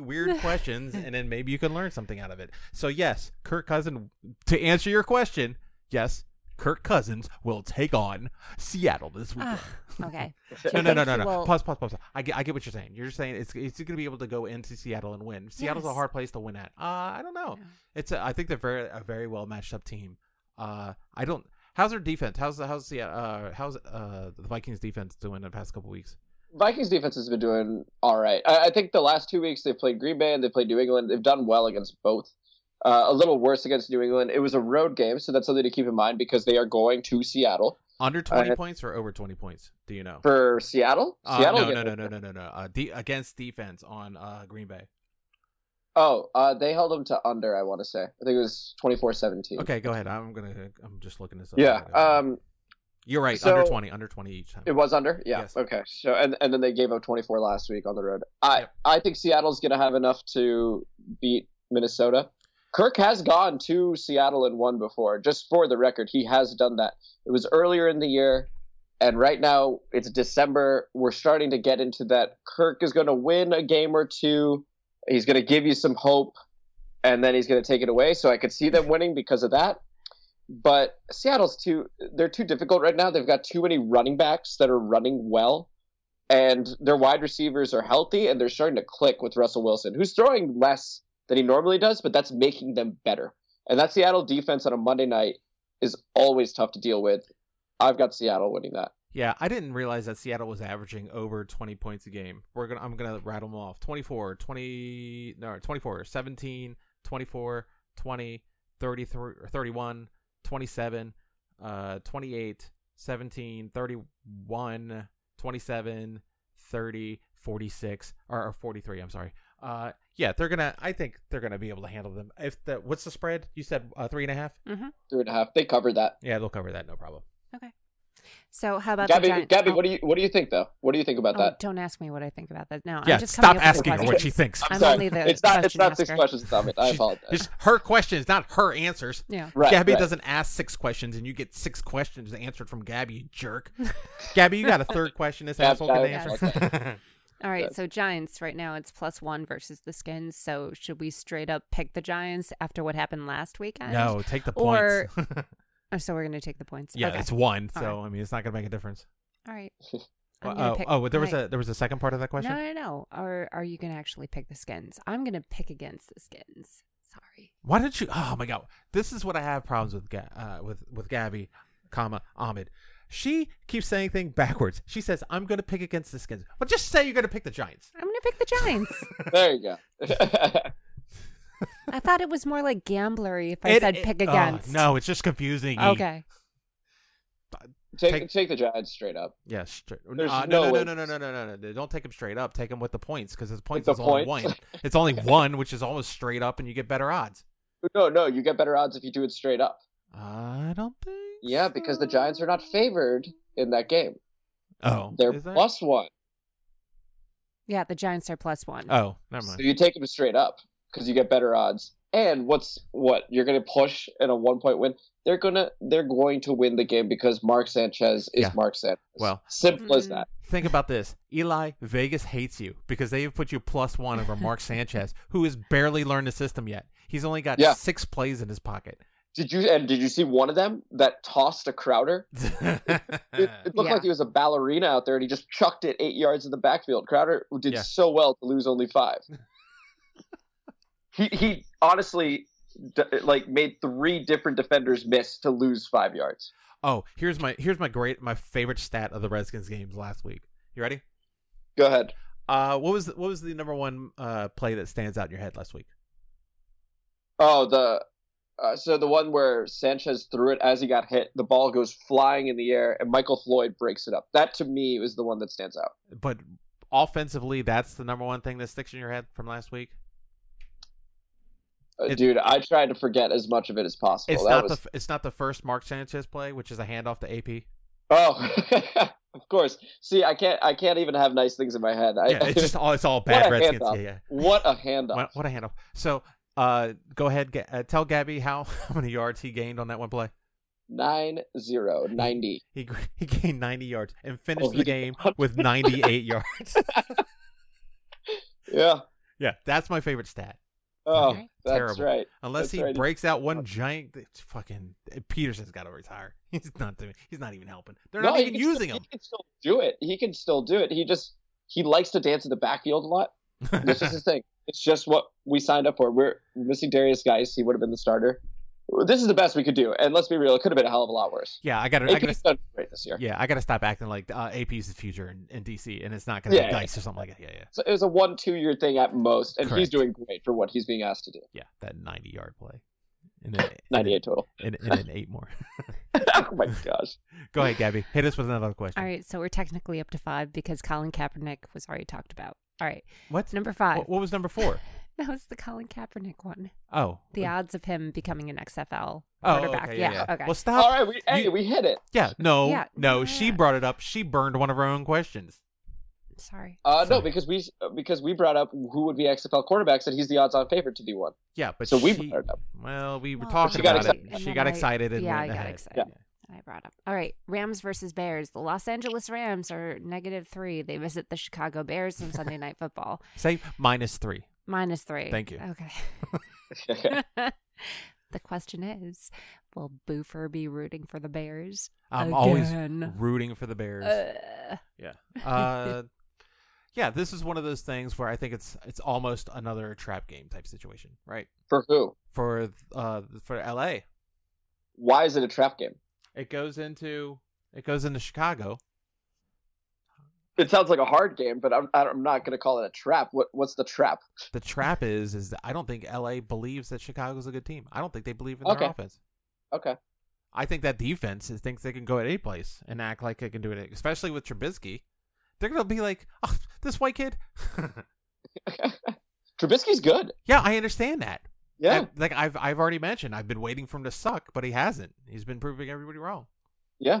B: weird questions, and then maybe you can learn something out of it. So, yes, Kirk Cousin. To answer your question, yes, Kirk Cousins will take on Seattle this weekend.
A: Ah, okay.
B: no,
A: I
B: no, no,
A: think
B: no,
A: he
B: no.
A: will-
B: Pause, pause, pause. I get, I get what you're saying. You're saying it's, it's going to be able to go into Seattle and win. Seattle's a
A: Yes.
B: hard place to win at. Uh, I don't know. It's, a, I think they're very, a very well matched up team. Uh, I don't. How's their defense? How's the, how's the, uh, how's uh the Vikings defense doing the past couple weeks?
C: Vikings defense has been doing all right. I, I think the last two weeks they've played Green Bay and they played New England. They've done well against both. Uh, a little worse against New England. It was a road game, so that's something to keep in mind because they are going to Seattle
B: Under 20
C: Uh,
B: points or over 20 points? Do you know?
C: for Seattle.
B: Uh,
C: Seattle
B: no, no,
C: again.
B: no, no, no, no, no. Uh, de- against defense on uh, Green Bay.
C: Oh, uh, they held them to under. I want to say. I think it was 24-17.
B: Okay, go ahead. I'm gonna. I'm just looking this up.
C: Yeah. Um,
B: You're right.
C: so-
B: under 20. Under 20 each time.
C: It was under, yeah.
B: Yes.
C: Okay, so and and then they gave up 24 last week on the road. I
B: Yep.
C: I think Seattle's gonna have enough to beat Minnesota. Kirk has gone to Seattle and won before. Just for the record, he has done that. It was earlier in the year, and right now it's December. We're starting to get into that. Kirk is gonna win a game or two. He's gonna give you some hope, and then he's gonna take it away. So I could see them winning because of that but Seattle's too they're too difficult right now. They've got too many running backs that are running well and their wide receivers are healthy and they're starting to click with Russell Wilson, who's throwing less than he normally does, but that's making them better. And that Seattle defense on a Monday night is always tough to deal with. I've got Seattle winning that.
B: yeah, I didn't realize that Seattle was averaging over 20 points a game. We're gonna. I'm gonna rattle them off. 24, 20. No, 24, 17, 24, 20, 33, 31, 27, uh, 28, 17, 31, 27, 30, 46, or, or 43, I'm sorry. Uh, yeah, they're gonna. I think they're gonna be able to handle them. If the what's the spread? You said uh, three and a half.
C: Three and a half. They covered that.
B: Yeah, they'll cover that, no problem.
A: So how about the
C: Gabby,
A: Giant-
C: Gabby,
A: oh,
C: what do you what do you think though? What do you think about
A: oh,
C: that?
A: Don't ask me what I think about that. No,
B: yeah,
A: I'm just
B: stop
A: coming up with
B: asking her what she
A: questions.
B: thinks.
A: I'm
C: sorry.
A: only the
C: it's not it's
A: question
C: not six
A: asker.
C: questions, Tommy. I
B: She's-
C: apologize.
B: It's her questions, not her answers.
A: Yeah.
C: Right,
B: Gabby
C: right.
B: doesn't ask six questions, and you get six questions answered from Gabby, you jerk. Gabby, you got a third question this
C: Gab-
B: asshole can
C: Gabby,
B: answer?
A: All right.
C: Yes.
A: So Giants right now it's plus one versus the Skins. So should we straight up pick the Giants after what happened last weekend?
B: no, take the
A: Or-
B: points.
A: Oh, so we're gonna take the points.
B: yeah,
A: Okay.
B: it's one,
A: All
B: so I mean, it's not gonna make a difference.
A: All right. I'm gonna
B: Oh,
A: pick
B: oh, there was
A: my-
B: a there was a second part of that question.
A: No, no, no. Or are you gonna actually pick the Skins? I'm gonna pick against the Skins. Sorry.
B: Why don't you? Oh my god, this is what I have problems with. Ga- uh, with with Gabby, comma Ahmed. She keeps saying things backwards. She says, "I'm going to pick against the Skins." Well, just say you're going to pick the Giants.
A: I'm gonna pick the Giants.
C: there you go.
A: I thought it was more like gamblery if I
B: It-
A: said
B: it-
A: pick
B: oh,
A: against.
B: no, it's just confusing.
A: Okay.
C: take,
B: Take-
C: take the Giants straight up.
B: Yes. Straight, uh,
C: There's
B: no, no,
C: no
B: no,
C: way.
B: no, no, no, no, no, no. Don't take them straight up. Take them with the points because his points
C: the
B: is only
C: points?
B: one. It's only one, which is almost straight up, and you get better odds.
C: No, no, you get better odds if you do it straight up.
B: I don't think.
C: Yeah, because the Giants
B: so.
C: are not favored in that game.
B: Oh,
C: They're
B: is that-
C: plus one.
A: Yeah, the Giants are plus one.
B: Oh, never
C: So
B: mind.
C: you take them straight up because you get better odds. And what's what you're going to push in a one point win? They're gonna they're going to win the game because Mark Sanchez is
B: Yeah.
C: Mark Sanchez.
B: Well-
C: simple as
A: Mm.
C: that.
B: Think about this, Eli. Vegas hates you because they have put you plus one over Mark Sanchez, who has barely learned the system yet. He's only got
C: Yeah.
B: six plays in his pocket.
C: Did you and did you see one of them that tossed a Crowder? It, it looked
A: Yeah.
C: like he was a ballerina out there, and he just chucked it eight yards in the backfield. Crowder did
B: Yeah.
C: so well to lose only five. he he honestly d- like made three different defenders miss to lose five yards.
B: oh, here's my here's my great my favorite stat of the Redskins games last week. You ready?
C: Go ahead.
B: Uh, what was the, what was the number one uh play that stands out in your head last week?
C: Oh, the uh, so the one where Sanchez threw it as he got hit, the ball goes flying in the air, and Michael Floyd breaks it up. That to me was the one that stands out.
B: But offensively, that's the number one thing that sticks in your head from last week.
C: Uh,
B: It-
C: Dude, I tried to forget as much of it as possible.
B: It's
C: that
B: not
C: was
B: the f- it's not the first Mark Sanchez play, which is a handoff to AP.
C: oh, of course. See, I can't. I can't even have nice things in my head. I,
B: Yeah, it's just all it's all bad
C: What a
B: Redskins.
C: handoff.
B: Yeah, yeah.
C: what a handoff.
B: What, what a handoff. So, uh, go ahead, Ga- uh, tell Gabby how how many yards he gained on that one play.
C: Nine zero ninety.
B: He g- he gained 90 yards and finished
C: Oh, he
B: the
C: did
B: game
C: not.
B: with 98 yards.
C: Yeah.
B: Yeah, that's my favorite stat.
C: Oh,
A: Okay.
C: that's
B: Terrible.
C: right.
B: Unless
C: That's
B: he
C: right. uh,
B: breaks out one giant it's fucking eh, Peterson's got to retire. He's not doing. He's not even helping. They're
C: No,
B: not
C: he
B: even
C: can still-
B: using him.
C: He can still do it. He can still do it. He just he likes to dance in the backfield a lot. This is his thing. It's just what we signed up for. We're missing Darius Geis. He would have been the starter. This is the best we could do. And let's be real, it could have been a hell of a lot worse.
B: yeah, I got to.
C: It
B: I
C: could
B: got
C: have
B: to.
C: done great this year.
B: Yeah, I got to stop acting like uh, AP's the future in, in DC, and it's not going to
C: Yeah,
B: be
C: yeah.
B: Dice or something like that. Yeah, yeah,
C: So it was a one, two year thing at most, and
B: Correct.
C: he's doing great for what he's being asked to do.
B: yeah. That ninety-yard play, and then
C: Ninety eight total.
B: and, and then eight more.
C: oh my gosh.
B: Go ahead, Gabby. Hit us with another question.
A: All right, so we're technically up to five because Colin Kaepernick was already talked about. All right,
B: What?
A: number five.
B: What, what was number four?
A: That was the Colin Kaepernick one.
B: Oh.
A: The odds of him becoming an XFL
B: oh,
A: quarterback.
B: okay,
A: yeah,
B: yeah, yeah.
A: okay.
B: Well, stop.
C: All right, we hey,
B: you-
C: we hit it.
B: Yeah. No.
A: Yeah,
B: no.
A: yeah.
B: She brought it up. She burned one of her own questions.
A: Sorry.
C: Uh, no,
B: Sorry.
C: because we because we brought up who would be XFL quarterbacks, and he's the odds-on favorite to be one.
B: Yeah, but
C: so we
B: she,
C: brought it up.
B: Well, we were
A: Well,
B: talking
C: She got
B: about
A: excited.
B: it.
A: And
B: She
A: then
B: got
A: I-
B: excited and
A: yeah,
B: went
A: I got
B: ahead.
A: excited. I brought up. All right, Rams versus Bears. The Los Angeles Rams are negative three. They visit the Chicago Bears on Sunday Night Football.
B: Say minus three.
A: Minus three.
B: Thank you.
A: Okay. the question is, will Boofer be rooting for the Bears?
B: I'm always
A: Again.
B: rooting for the Bears.
A: Uh,
B: uh yeah this is one of those things where i think it's it's almost another trap game type situation right
C: For who?
B: for uh for la
C: Why is it a trap game?
B: it goes into it goes into chicago
C: It sounds like a hard game, but I'm, I don't- I'm not going to call it a trap. What What's the trap?
B: the trap is is that i don't think la believes that chicago's a good team i don't think they believe in their
C: Okay.
B: offense
C: Okay.
B: i think that defense is, thinks they can go at any place and act like they can do it especially with Trubisky. they're gonna be like oh, this white kid
C: Trubisky's good.
B: yeah i understand that
C: Yeah.
B: I- like I've I've already mentioned, I've been waiting for him to suck, but he hasn't. He's been proving everybody wrong.
C: yeah.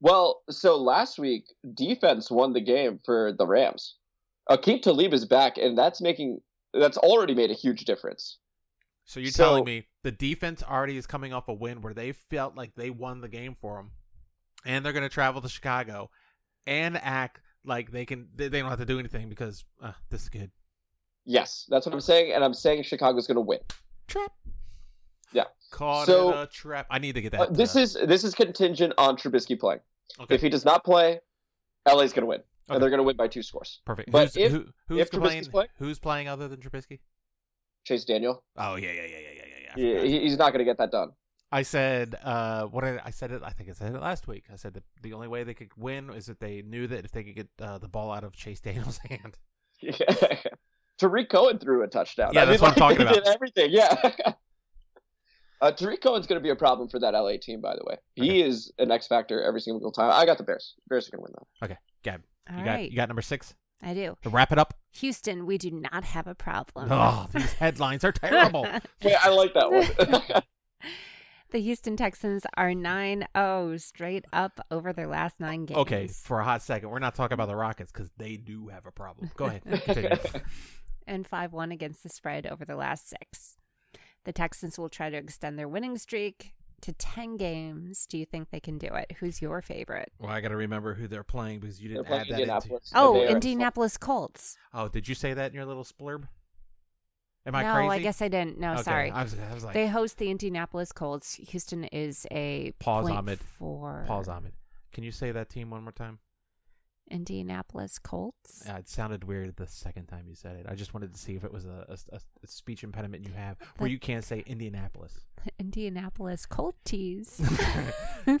C: Well, so last week, defense won the game for the Rams. Akeem Talib is back, and that's making that's already made a huge difference.
B: So you're
C: So-
B: telling me the defense already is coming off a win where they felt like they won the game for him, and they're going to travel to Chicago and act like they can they, they don't have to do anything because uh, this is good.
C: Yes, that's what I'm saying, and I'm saying Chicago's going to win.
B: Trap.
C: Yeah.
B: Caught
C: So-
B: in a trap. I need to get that.
C: Uh, this
B: uh,
C: is this is contingent on Trubisky playing.
B: okay.
C: If he does not play, LA's going to win,
B: Okay.
C: and they're going to win by two scores.
B: perfect.
C: but
B: who's,
C: if-
B: who, who's
C: if Trubisky's
B: playing?
C: playing-
B: Who's playing other than Trubisky?
C: Chase Daniel,
B: Oh yeah yeah yeah yeah yeah yeah. I
C: he,
B: forgot.
C: he- he's not going to get that done.
B: I said, uh, what did I, I said it. I think I said it last week. I said that the only way they could win is if they knew that if they could get uh, the ball out of Chase Daniel's hand.
C: Tariq Cohen threw a touchdown.
B: Yeah, that's what I'm talking
C: they
B: about.
C: Did everything, yeah. uh, Tariq Cohen's going to be a problem for that LA team, by the way. He is an X factor every single time. I got the Bears. Bears are going to win that.
A: all
B: you got
A: right.
B: you got number six.
A: I do.
B: To wrap it up.
A: Houston, we do not have a problem.
B: Oh, these headlines are terrible.
C: Wait, I like that one.
A: The Houston Texans are 9 0 straight up over their last nine games.
B: Okay, for a hot second, we're not talking about the Rockets because they do have a problem. Go ahead. Continue.
A: and 5 1 against the spread over the last six. The Texans will try to extend their winning streak to 10 games. Do you think they can do it? Who's your favorite?
B: well, I got to remember who they're playing because you
C: They're
B: didn't
C: playing
B: add that. Into...
C: Indianapolis.
A: Oh,
C: They are-
A: Indianapolis Colts.
B: Oh, did you say that in your little splurb? Am I
A: no,
B: crazy?
A: I guess I didn't. No,
B: Okay,
A: sorry.
B: I was, I was like,
A: they host the Indianapolis Colts. Houston is a
B: Pause,
A: point
B: Ahmed.
A: four.
B: pause, Ahmed. Can you say that team one more time?
A: Indianapolis Colts.
B: Uh, it sounded weird the second time you said it. I just wanted to see if it was a, a- a- a speech impediment you have where
A: The-
B: you can't say Indianapolis.
A: Indianapolis Colties.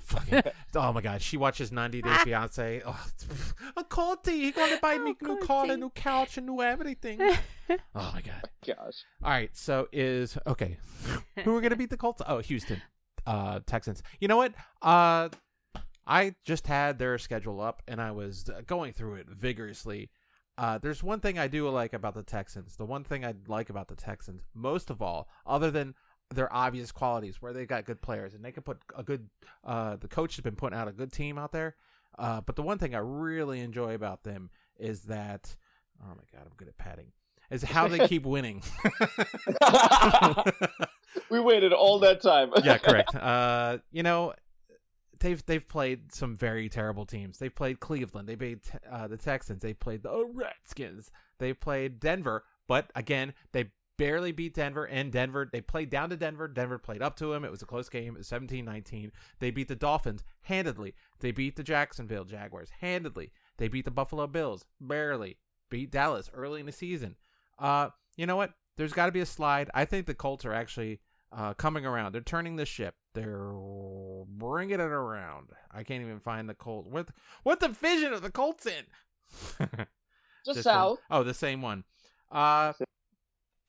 B: Fucking, oh my God, she watches 90 Day Fiance. Oh, a culty. He gonna buy me
A: Oh,
B: new car, a
A: culty.
B: new couch, a new everything. Oh my God.
C: Gosh.
B: All right. So is okay. Who are gonna beat the Colts? Oh, Houston, uh, Texans. You know what? Uh, I just had their schedule up and I was uh, going through it vigorously. Uh, there's one thing I do like about the Texans. The one thing I like about the Texans, most of all, other than their obvious qualities, where they got good players and they can put a good. Uh, the coach has been putting out a good team out there. Uh, but the one thing I really enjoy about them is that. Oh my god, I'm good at padding. Is how they keep winning.
C: we waited all that time.
B: yeah, correct. Uh, you know, they've they've played some very terrible teams. They played Cleveland. They played uh, the Texans. They played the Redskins. They played Denver. But again, they barely beat Denver. And Denver, they played down to Denver. Denver played up to him. It was a close game. It was 17-19. They beat the Dolphins handedly. They beat the Jacksonville Jaguars handedly. They beat the Buffalo Bills barely. Beat Dallas early in the season. Uh, you know what? There's got to be a slide. I think the Colts are actually uh, coming around. They're turning the ship. They're bringing it around. I can't even find the Colt. What what division are the Colts in?
C: Just
B: This one.
C: south.
B: Oh, the same one. Uh,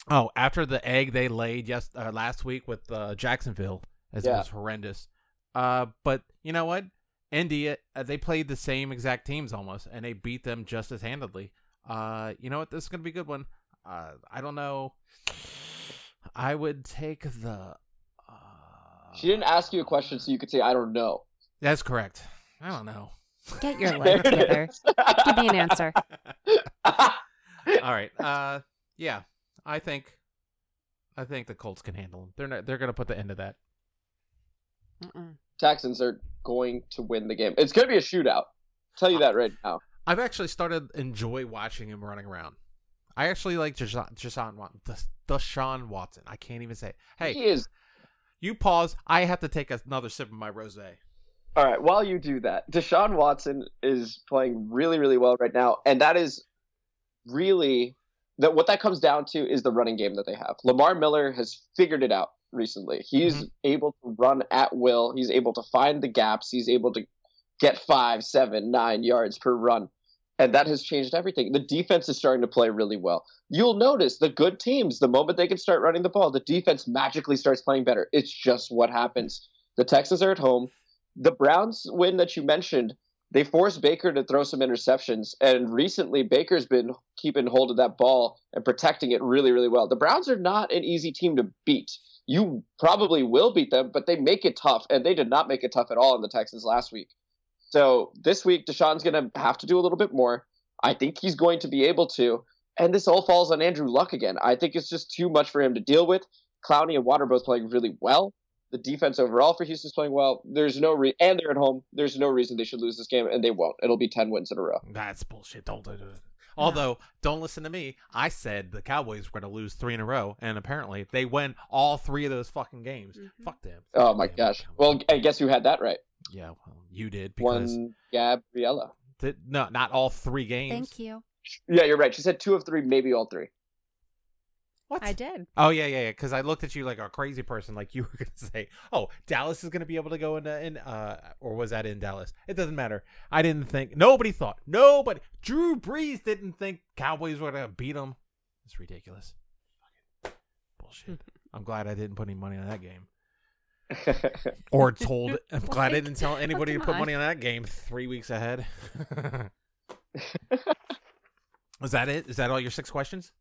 B: oh, after the egg they laid yes uh, last week with uh, Jacksonville, as it
C: Yeah.
B: was horrendous. Uh, but you know what? India uh, they played the same exact teams almost, and they beat them just as handedly. Uh, you know what? This is gonna be a good one. Uh, I don't know. I would take the. Uh,
C: She didn't ask you a question, so you could say, "I don't know."
B: That's correct. I don't know.
A: Get your life together. Give me an answer.
B: All right. Uh, yeah, I think, I think the Colts can handle them. They're not, they're gonna put the end to that.
A: Mm-mm.
C: Texans are going to win the game. It's going to be a shootout. tell you that right now.
B: I've actually started enjoy watching him running around. I actually like Deshaun, Deshaun Watson. Deshaun Watson. I can't even say. it.
C: He
B: Hey,
C: is.
B: you pause. I have to take another sip of my rosé.
C: All right. While you do that, Deshaun Watson is playing really, really well right now, and that is really that. What that comes down to is the running game that they have. Lamar Miller has figured it out recently. He's able to run at will. He's able to find the gaps. He's able to get five, seven, nine yards per run. And that has changed everything. The defense is starting to play really well. You'll notice the good teams, the moment they can start running the ball, the defense magically starts playing better. It's just what happens. The Texans are at home. The Browns win that you mentioned, they forced Baker to throw some interceptions. And recently, Baker's been keeping hold of that ball and protecting it really, really well. The Browns are not an easy team to beat. You probably will beat them, but they make it tough. And they did not make it tough at all in the Texans last week. So this week, Deshaun's going to have to do a little bit more. I think he's going to be able to. And this all falls on Andrew Luck again. I think it's just too much for him to deal with. Clowney and Water both playing really well. The defense overall for Houston's playing well. There's no re- and they're at home. There's no reason they should lose this game, and they won't. It'll be ten wins in a row.
B: That's bullshit. Don't do it. Although, don't listen to me. I said the Cowboys were going to lose three in a row, and apparently they win all three of those fucking games.
A: Mhm.
B: Fuck them.
C: Oh my
B: Damn
C: gosh!
B: Cowboys.
C: Well, I guess you had that right.
B: yeah, well, you did because
C: One Gabriella.
B: th- no, not all three games.
A: Thank you.
C: Yeah, you're right. She said two of three, maybe all three.
B: What?
A: I did.
B: Oh yeah, yeah, yeah. Because I looked at you like a crazy person, like you were gonna say, "Oh, Dallas is gonna be able to go in, uh, in uh, or was that in Dallas? It doesn't matter. I didn't think. Nobody thought. Nobody. Drew Brees didn't think Cowboys were gonna beat him. It's ridiculous. Fucking Bullshit. I'm glad I didn't put any money on that game, or told. I'm glad I
A: Like,
B: didn't tell anybody
A: oh,
B: to
A: come
B: put
A: on.
B: money on that game three weeks ahead. Is that it? Is that all your six questions?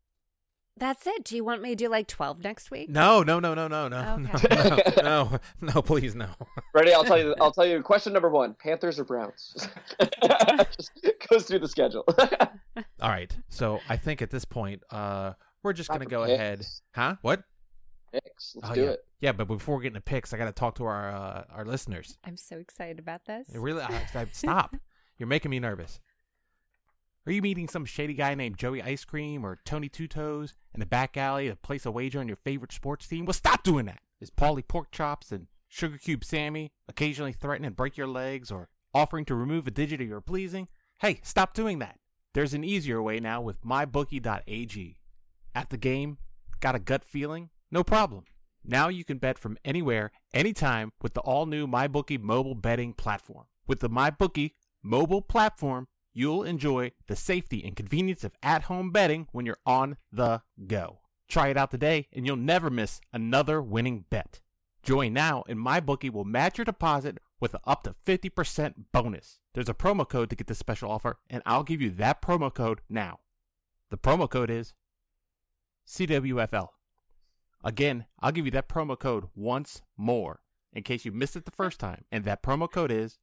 A: That's it. Do you want me to do like 12 next week?
B: No, no, no, no, no, no, no,
C: Okay.
B: no, no, no, please, no.
C: Ready? I'll tell you. I'll tell you. Question number one: Panthers or Browns? Just goes through the schedule.
B: All right. So I think at this point, uh, we're just gonna
C: Proper
B: go ahead.
C: picks.
B: Huh? What?
C: Picks. Let's
B: Oh,
C: do
B: yeah.
C: it.
B: Yeah, but before we get into picks, I gotta talk to our uh, our listeners.
A: I'm so excited about this.
B: It really, I, I, stop. You're making me nervous. Are you meeting some shady guy named Joey Ice Cream or Tony Two Toes in the back alley to place a wager on your favorite sports team? Well, stop doing that. Is Paulie Pork Chops and Sugar Cube Sammy occasionally threatening to break your legs or offering to remove a digit of your pleasing? Hey, stop doing that. There's an easier way now with mybookie.ag. At the game, got a gut feeling? No problem. Now you can bet from anywhere, anytime with the all new MyBookie mobile betting platform. With the MyBookie mobile platform, you'll enjoy the safety and convenience of at home betting when you're on the go. Try it out today and you'll never miss another winning bet. Join now and MyBookie will match your deposit with an up to 50% bonus. There's a promo code to get this special offer, and I'll give you that promo code now. The promo code is CWFL. Again, I'll give you that promo code once more in case you missed it the first time. And that promo code is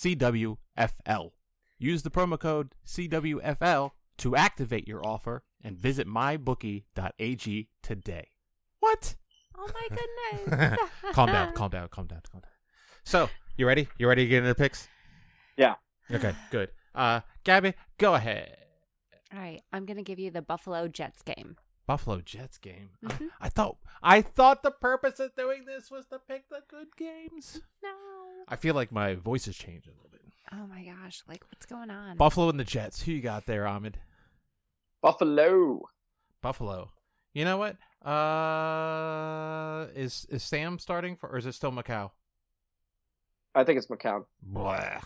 B: CWFL. Use the promo code CWFL to activate your offer and visit mybookie.ag today. What?
A: Oh my goodness.
B: calm down, calm down, calm down, calm down. So, you ready? You ready to get into the picks?
C: Yeah.
B: Okay, good. Uh, Gabby, go ahead.
A: All right. I'm going to give you the Buffalo Jets game.
B: Buffalo Jets game. I-
A: Mhm.
B: I thought I thought the purpose of doing this was to pick the good games.
A: No.
B: I feel like my voice has changed a little bit.
A: Oh my gosh. Like, what's going on?
B: Buffalo and the Jets. Who you got there, Ahmed?
C: Buffalo.
B: Buffalo. You know what? Uh, is is Sam starting for, or is it still Macau?
C: I think it's McCown.
B: Blah.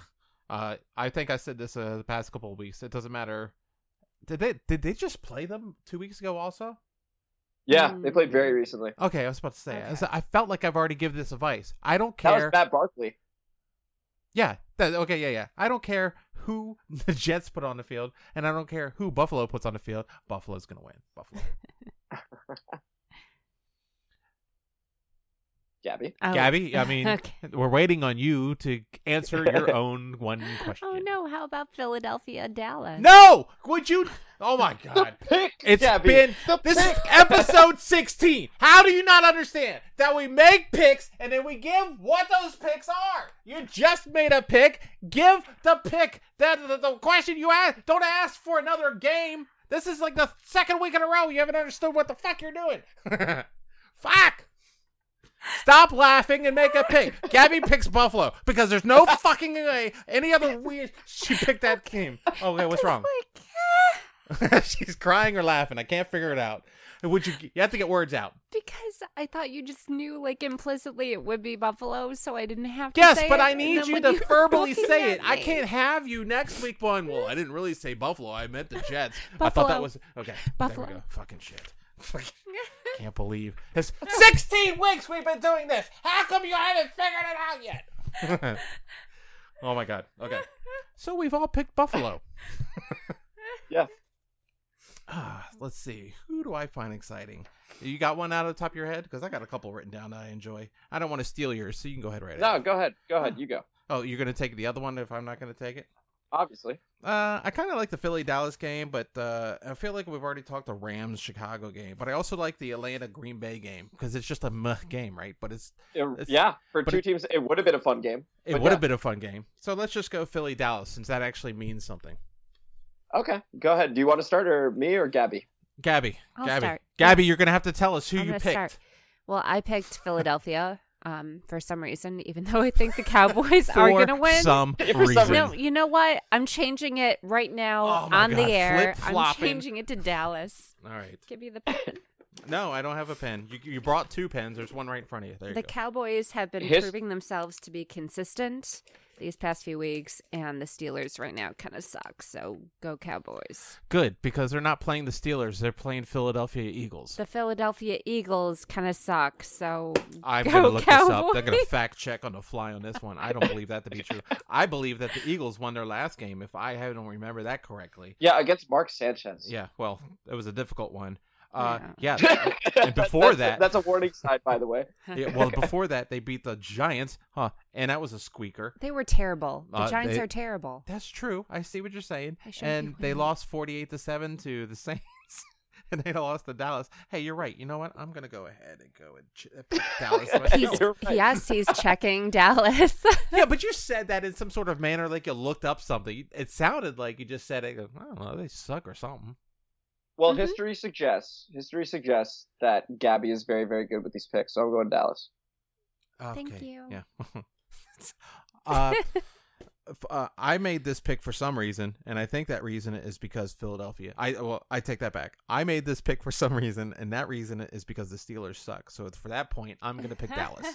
B: Uh, I think I said this uh, the past couple of weeks. It doesn't matter. Did they did they just play them two weeks ago? Also,
C: Yeah,
A: Mm.
C: they played
B: Hmm.
C: very recently.
B: okay. I was about to say. I,
A: Okay.
B: was- I felt like I've already given this advice. I don't
C: That
B: care.
C: was Matt Barkley.
B: Yeah. That, okay. Yeah. Yeah. I don't care who the Jets put on the field, and I don't care who Buffalo puts on the field. Buffalo's gonna win. Buffalo.
C: Gabby.
A: Oh,
B: Gabby, I mean,
A: okay.
B: we're waiting on you to answer your own one question.
A: Oh no. How about Philadelphia, Dallas?
B: No! Would you? Oh my God!
C: The pick.
B: It's
C: Gabby.
B: been
C: the
B: this
C: pick.
B: is episode sixteen. How do you not understand that we make picks and then we give what those picks are? You just made a pick. Give the pick. That the, the question you asked. Don't ask for another game. This is like the second week in a row you haven't understood what the fuck you're doing. fuck. Stop laughing and make a pick. Gabby picks Buffalo because there's no fucking way any other weird she picked that team. Okay, what's wrong?
A: Like, ah,
B: She's crying or laughing. I can't figure it out. Would you? You have to get words out.
A: because I thought you just knew, like, implicitly it would be Buffalo, so I didn't have to.
B: Yes,
A: say
B: but
A: it.
B: I
A: And
B: need
A: then
B: you
A: when
B: to
A: were
B: verbally
A: looking
B: say
A: at
B: it. I
A: me-
B: can't have you next week going. Well, I didn't really say Buffalo. I meant the Jets. I thought
A: Buffalo.
B: that was okay.
A: Buffalo.
B: There we go. Fucking shit. Fucking- can't believe it's 16 weeks we've been doing this. How come you haven't figured it out yet? oh my god. Okay. So we've all picked Buffalo.
C: Yeah.
B: Ah, let's see. Who do I find exciting? You got one out of the top of your head? Because I got a couple written down that I enjoy. I don't want to steal yours, so you can go ahead right
C: No,
B: ahead.
C: go ahead. Go ahead. You go.
B: Oh, you're gonna take the other one if I'm not gonna take it.
C: Obviously.
B: Uh, I kind of like the Philly Dallas game, but uh, I feel like we've already talked the Rams Chicago game, but I also like the Atlanta Green Bay game because it's just a meh game, right? But it's
C: It-
B: It's-
C: yeah, for
B: but
C: two
B: it-
C: teams, it would have been a fun game.
B: it
C: But
B: would
C: yeah.
B: have been a fun game. So let's just go Philly Dallas since that actually means something.
C: Okay, go ahead. Do you want to start, or me, or Gabby?
B: Gabby,
A: I'll
B: Gabby,
A: start.
B: Gabby, you're gonna have to tell us who
A: I'm
B: you
A: gonna
B: picked.
A: start. Well, I picked Philadelphia um, for some reason, even though I think the Cowboys are
B: For
A: going to win.
B: some
C: For some
B: reason.
A: no, you know what? I'm changing it right now
B: Oh my
A: on
B: God,
A: the air. I'm
B: flip-flopping.
A: changing it to Dallas.
B: All right.
A: Give me the pen.
B: No, I don't have a pen. You, you brought two pens. There's one right in front of you. There you
A: the
B: go.
A: Cowboys have been
C: His-
A: proving themselves to be consistent these past few weeks, and the Steelers right now kind of suck. So go Cowboys.
B: Good because they're not playing the Steelers. They're playing Philadelphia Eagles.
A: The Philadelphia Eagles kind of suck. So
B: I'm
A: go
B: gonna look
A: Cowboys.
B: this up. They're gonna fact check on the fly on this one. I don't believe that to be true. I believe that the Eagles won their last game, if I don't remember that correctly.
C: Yeah, against Mark Sanchez.
B: Yeah, well, it was a difficult one. Uh, yeah.
C: and
B: before that-
C: that's a warning sign, by the way.
B: yeah, well, before that, they beat the Giants, huh? And that was a squeaker.
A: They were terrible. The
B: Uh,
A: Giants
B: they-
A: are terrible.
B: That's true. I see what you're saying.
A: They should be
B: And they
A: winning.
B: lost 48 to 7 to the Saints. and they lost to Dallas. Hey, you're right. You know what? I'm going to go ahead and go and ch- uh, pick Dallas.
A: He's,
B: myself.
C: You're right.
A: Yes, he's checking Dallas.
B: yeah, but you said that in some sort of manner like you looked up something. It sounded like you just said it. I don't know. They suck or something.
C: Well,
A: Mhm.
C: history suggests history suggests that Gabby is very, very good with these picks. So I'm going Dallas.
A: Thank
B: Okay,
A: you.
B: Yeah. uh, f- uh, I made this pick for some reason, and I think that reason is because Philadelphia. I well, I take that back. I made this pick for some reason, and that reason is because the Steelers suck. So it's- for that point, I'm going to pick Dallas.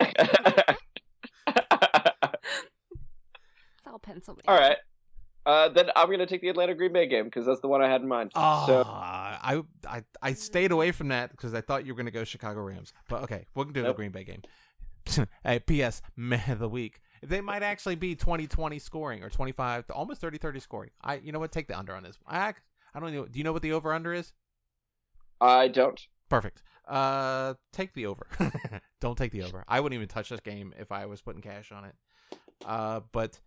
A: It's all Pennsylvania.
C: All right. Uh, then I'm going to take the Atlanta Green Bay game because that's the one I had in mind.
B: Ah,
C: So
B: I, I I stayed away from that because I thought you were going to go Chicago Rams. But okay, we can do the
C: Nope.
B: Green Bay game. hey, P.S. Meh of the week. They might actually be 20-20 scoring or 25 to almost 30-30 scoring. I you know what? Take the under on this. I I don't know. Do you know what the over under is?
C: I don't.
B: Perfect. Uh, take the over. Don't take the over. I wouldn't even touch this game if I was putting cash on it. Uh, but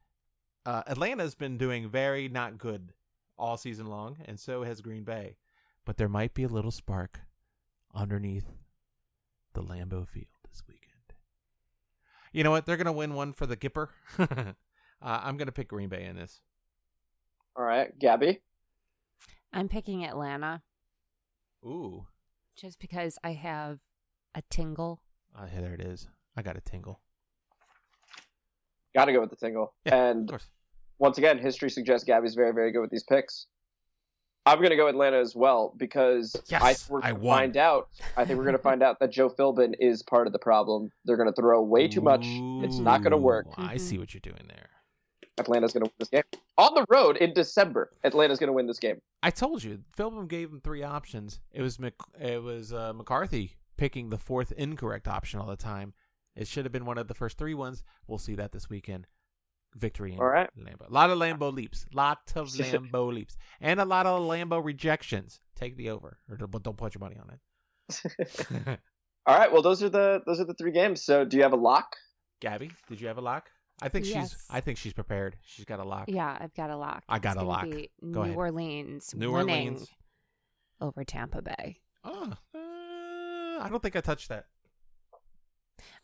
B: uh, Atlanta's been doing very not good all season long, and so has Green Bay. But there might be a little spark underneath the Lambeau Field this weekend. You know what? They're gonna win one for the Gipper. uh, I'm gonna pick Green Bay in this.
C: All right, Gabby.
A: I'm picking Atlanta
B: Ooh,
A: just because I have a tingle.
B: uh, there it is. I got a tingle.
C: Got to go with the tingle.
B: Yeah, Of
C: and
B: course.
C: once again, history suggests Gabby's very, very good with these picks. I'm going to go Atlanta as well because I
B: Yes,
C: think we're
B: I
C: going to
B: won.
C: find out. I think we're going to find out that Joe Philbin is part of the problem. They're going to throw way too much. It's not going to work.
B: Ooh, I
A: Mhm.
B: see what you're doing there.
C: Atlanta's going to win this game on the road in December. Atlanta's going to win this game.
B: I told you, Philbin gave him three options. It was Mc, it was uh, McCarthy picking the fourth incorrect option all the time. It should have been one of the first three ones. We'll see that this weekend. Victory in
C: All right.
B: Lambo. A lot of Lambo leaps. Lot of Lambo leaps. And a lot of Lambo rejections. Take the over. Or don't, but don't put your money on it.
C: All right. Well, those are the those are the three games. So, do you have a lock?
B: Gabby, did you have a lock? I think she's
A: Yes.
B: I think she's prepared. She's got a lock.
A: Yeah, I've got a lock.
B: I got
A: It's
B: a
A: gonna
B: lock.
A: be
B: Go
A: New
B: ahead.
A: Orleans
B: New
A: winning
B: Orleans.
A: over Tampa Bay.
B: Oh, uh, I don't think I touched that.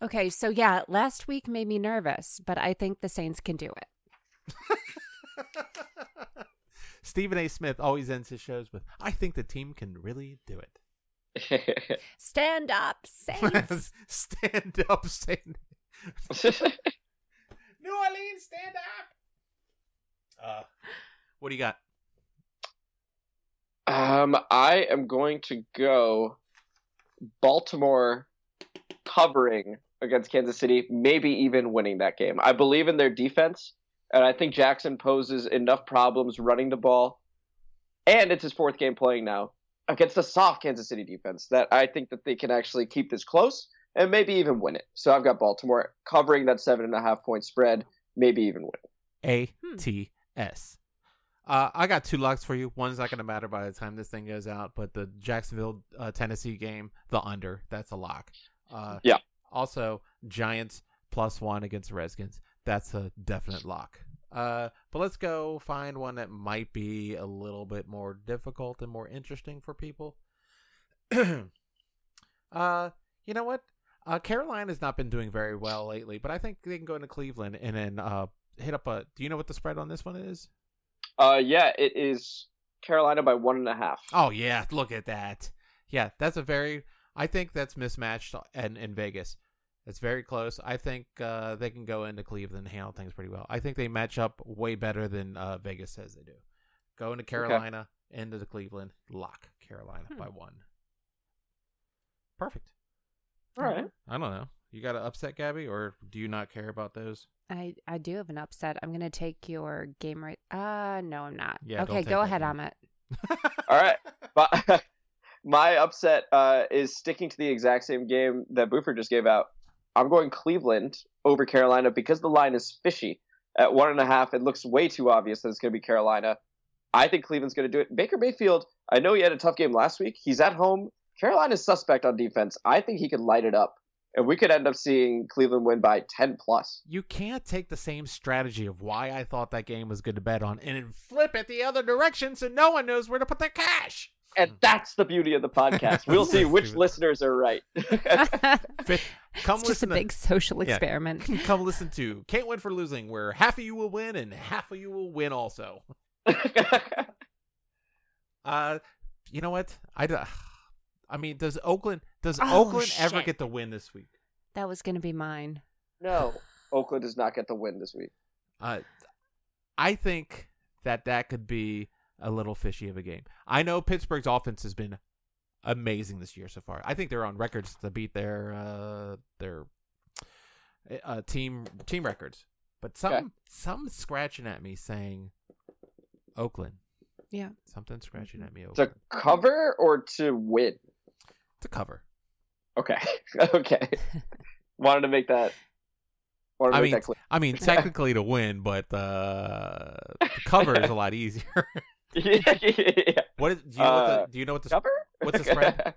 A: Okay, so yeah, last week made me nervous, but I think the Saints can do it.
B: Stephen A. Smith always ends his shows with, I think the team can really do it.
A: Stand up, Saints.
B: stand up, stand New Orleans, stand up. Uh, what do you got?
C: um, I am going to go Baltimore covering against Kansas City, maybe even winning that game. I believe in their defense, and I think Jackson poses enough problems running the ball. And it's his fourth game playing now against a soft Kansas City defense that I think that they can actually keep this close and maybe even win it. So I've got Baltimore covering that seven and a half point spread, maybe even win.
B: A T S. Uh, I got two locks for you. One's not going to matter by the time this thing goes out, but the Jacksonville uh, Tennessee game, the under, that's a lock. Uh,
C: Yeah.
B: Also, Giants plus one against Redskins, that's a definite lock. Uh, but let's go find one that might be a little bit more difficult and more interesting for people. uh, you know what? Uh, Carolina's not been doing very well lately, but I think they can go into Cleveland and then uh, hit up a. Do you know what the spread on this one is?
C: Uh, yeah, it is Carolina by one and a half.
B: Oh yeah, look at that. Yeah, that's a very. I think that's mismatched in in Vegas. It's very close. I think uh, they can go into Cleveland and handle things pretty well. I think they match up way better than uh, Vegas says they do. Go into Carolina, into the Cleveland, lock Carolina
A: Hmm.
B: by one. Perfect.
C: All right.
B: I don't know. You got to upset, Gabby, or do you not care about those?
A: I I do have an upset. I'm gonna take your game right. Uh no, I'm not.
B: Yeah, don't
A: okay,
B: take
A: go ahead,
B: that game.
A: Amit.
C: All right. But my upset uh, is sticking to the exact same game that Buford just gave out. I'm going Cleveland over Carolina because the line is fishy at one and a half. It looks way too obvious that it's going to be Carolina. I think Cleveland's going to do it. Baker Mayfield, I know he had a tough game last week. He's at home. Carolina's suspect on defense. I think he could light it up, and we could end up seeing Cleveland win by ten plus.
B: You can't take the same strategy of why I thought that game was good to bet on and then flip it the other direction so no one knows where to put their cash.
C: And that's the beauty of the podcast. We'll see which listeners are right.
B: Fit- Come
A: it's just a
B: listen
A: big social
B: Yeah.
A: experiment.
B: to come listen to Can't Win for Losing, where half of you will win and half of you will win also. Uh, you know what? I, d- I mean, does Oakland does
A: Oh,
B: Oakland ever
A: shit.
B: get the win this week?
A: That was going to be mine.
C: no, Oakland does not get the win this week.
B: Uh, I think that that could be a little fishy of a game. I know Pittsburgh's offense has been amazing this year so far. I think they're on records to beat their uh, their uh, team team records. But some
C: Okay.
B: some scratching at me saying Oakland.
A: Yeah.
B: Something scratching at me. Oakland.
C: To cover or to win?
B: to cover.
C: Okay, okay. Wanted to make that. Wanted to
B: I
C: make
B: mean,
C: that clear.
B: I mean, technically to win, but uh, to cover is a lot easier.
C: yeah.
B: what is, do you know?
C: Uh,
B: what the, do you know what the?
C: Cover?
B: What's the spread?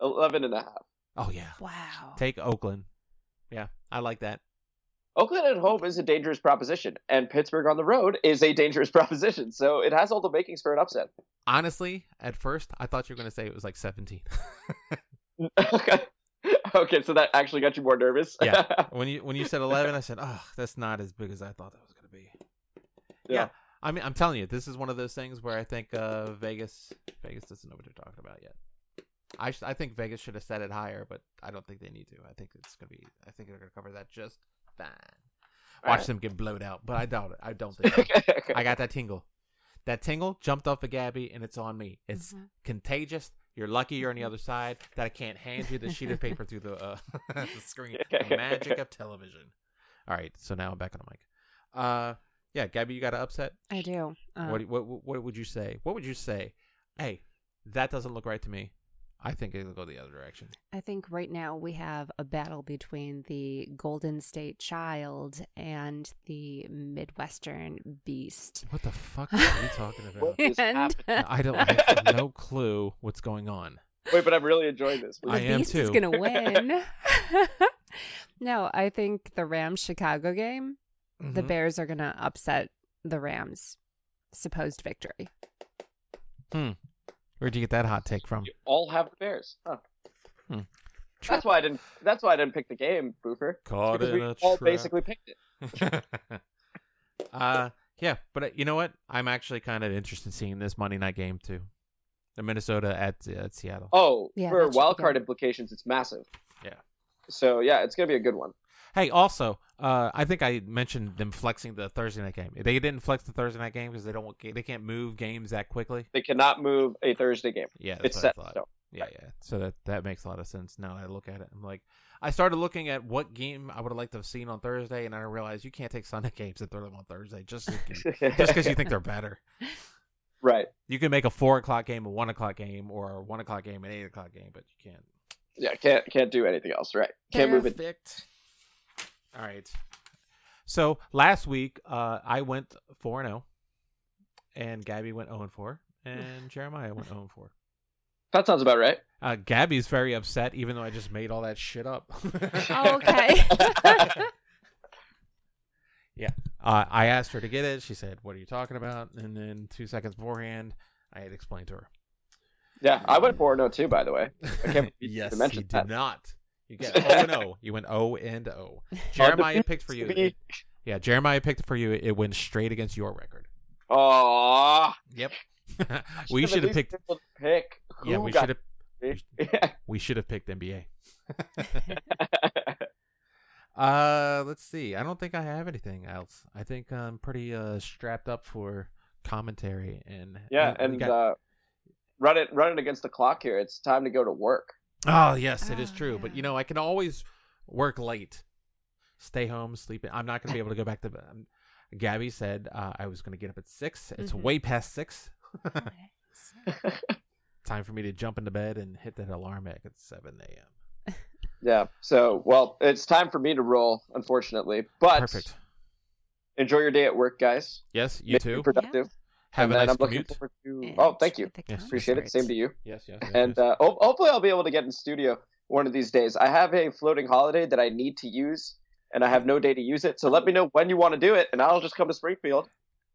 C: 11 and a half.
B: Oh yeah,
A: Wow.
B: Take Oakland. Yeah, I like that.
C: Oakland at home is a dangerous proposition, and Pittsburgh on the road is a dangerous proposition. So it has all the makings for an upset.
B: Honestly, at first I thought you were gonna say it was like seventeen.
C: okay. Okay, so that actually got you more nervous.
B: Yeah. when you when you said eleven, I said, "Oh, that's not as big as I thought that was gonna be." Yeah.
C: Yeah.
B: I mean, I'm telling you, this is one of those things where I think uh, Vegas Vegas doesn't know what they're talking about yet. I sh- I think Vegas should have set it higher, but I don't think they need to. I think it's gonna be. I think they're gonna cover that just fine.
C: All
B: Watch
C: right.
B: them get blowed out, but I doubt it. I don't think. so.
C: Okay.
B: I got that tingle. That tingle jumped off of Gabby, and it's on me. It's
A: Mhm.
B: contagious. You're lucky you're on
C: Mm-hmm.
B: the other side that I can't hand you the sheet of paper through the, uh, the screen. The magic of television. All right, so now I'm back on the mic. Uh, yeah, Gabby, you got an upset.
A: I do.
C: Uh.
A: Um,
B: What, what what would you say? What would you say? Hey, that doesn't look right to me. I think it'll go the other direction.
A: I think right now we have a battle between the Golden State Child and the Midwestern Beast.
B: What the fuck are you talking about?
C: What is happening?
B: I don't I have no clue what's going on.
C: Wait, but I'm really enjoying this.
A: the
B: I am
A: Beast is
B: too.
A: going to win. no, I think the Rams Chicago game, the
C: Mm-hmm.
B: Mhm.
A: Bears are going to upset the Rams' supposed victory.
B: Where'd you get that hot take from?
C: You all have the Bears. Huh.
B: Hmm.
C: That's why I didn't. That's why I didn't pick the game, Boofer.
B: Caught
C: Because we all basically picked it.
B: uh yeah, but uh, you know what? I'm actually kind of interested in seeing this Monday night game too. The Minnesota at at Seattle.
C: Oh,
A: Yeah,
C: for
A: that should be
C: wild
A: good.
C: card implications, it's massive.
B: Yeah.
C: So yeah, it's gonna be a good one.
B: Hey, also, uh, I think I mentioned them flexing the Thursday night game. They didn't flex the Thursday night game because they don't they can't move games that quickly.
C: They cannot move a Thursday game.
B: Yeah, that's
C: it's
B: what
C: set.
B: I thought.
C: So
B: Yeah, yeah. So that that makes a lot of sense now that I look at it. I'm like, I started looking at what game I would have liked to have seen on Thursday, and I realized you can't take Sunday games and throw them on Thursday just so you can- just because you think they're better.
C: right.
B: You can make a four o'clock game, a one o'clock game, or a one o'clock game, an eight o'clock game, but you can't.
C: Yeah, can't can't do anything else. Right. Can't move it.
B: Perfect. All right. So last week, uh, I went four and zero, and Gabby went zero and four, and Jeremiah went zero and four.
C: That sounds about right.
B: Uh, Gabby's very upset, even though I just made all that shit up.
A: Oh, okay.
B: Uh, I asked her to get it. She said, "What are you talking about?" And then two seconds beforehand, I had explained to her.
C: Yeah, I went four zero two. By the way, can't believe you
B: yes,
C: mentioned
B: you did
C: that.
B: not. You got O and O. You went O and O. Jeremiah picked for you. It- yeah, Jeremiah picked for you. It went straight against your record.
C: Aw.
B: Yep. we should have picked.
C: Pick. Who
B: Yeah, we
C: got
B: should have.
C: picked?
B: We should have picked NBA. uh, let's see. I don't think I have anything else. I think I'm pretty uh strapped up for commentary and
C: yeah,
B: we
C: and
B: got-
C: uh, run it run it against the clock here. It's time to go to work.
B: Oh yes, it is
A: Oh,
B: true. But
A: yeah.
B: you know, I can always work late, stay home, sleep. in. I'm not going to be able to go back to. Um, Gabby said uh, I was going to get up at six. It's
A: Mhm.
B: way past six. Time for me to jump into bed and hit that alarm back at seven a.m.
C: Yeah. So well, it's time for me to roll. Unfortunately, but
B: Perfect.
C: enjoy your day at work, guys.
B: Yes, you
C: Make it
B: too.
C: Productive.
B: Have
C: and
B: a
C: then
B: nice
C: I'm looking
B: commute.
C: forward to.
A: Yeah,
C: Oh, thank
A: just
C: you.
A: get the
B: Yes.
C: Appreciate it.
A: concert.
C: Same to you.
B: Yes, yes. yes,
C: And
B: yes.
C: uh, ho- hopefully, I'll be able to get in studio one of these days. I have a floating holiday that I need to use, and I have no day to use it. So let me know when you want to do it, and I'll just come to Springfield,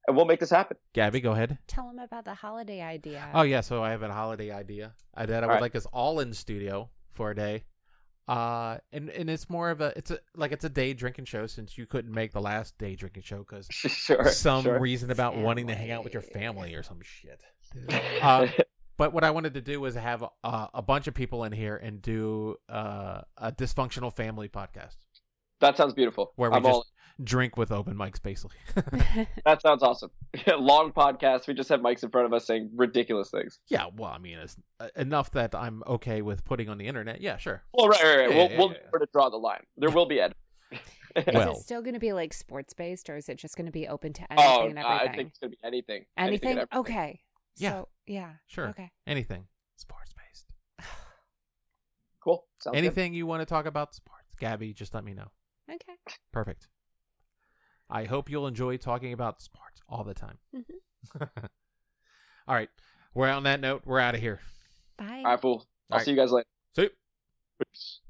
C: and we'll make this happen.
B: Gabby, go ahead.
A: Tell them about the holiday idea.
B: Oh yeah, so I have a holiday idea uh, that I would
C: Alright.
B: like us all in studio for a day. Uh, and and it's more of a it's a like it's a day drinking show since you couldn't make the last day drinking show because
C: sure.
B: some
C: sure.
B: reason about wanting to hang out with your
A: Family.
B: family or some shit. Uh, but what I wanted to do was have uh, a bunch of people in here and do uh, a dysfunctional family podcast.
C: that sounds beautiful.
B: Where we
C: I'm
B: just-
C: all.
B: Drink with open mics, basically. Oh,
C: That sounds awesome. Long podcast. We just have mics in front of us saying ridiculous things.
B: yeah, well, I mean, it's uh, enough that I'm okay with putting on the internet. Yeah, sure.
C: Well, right, right, right.
B: Yeah,
C: we'll
B: yeah,
C: we'll
B: yeah,
C: know where to draw the line. There will be ed.
A: is
B: well-
A: it still going to be like sports based, or is it just going to be open to anything
C: oh,
A: and everything?
C: I think it's gonna be anything.
A: anything?
C: and everything.
A: Okay.
B: Yeah.
A: So, yeah.
B: Sure.
A: Okay.
B: Anything. Sports based.
C: Cool. Sounds good.
B: Anything you want to talk about sports, Gabby, just let me know.
A: Okay.
B: Perfect. I hope you'll enjoy talking about sports all the time.
A: Mm-hmm.
B: all right. We're on that note. We're out of here.
A: Bye.
C: All right, cool. I'll
B: All right.
C: see you guys later.
B: See you.
C: Peace.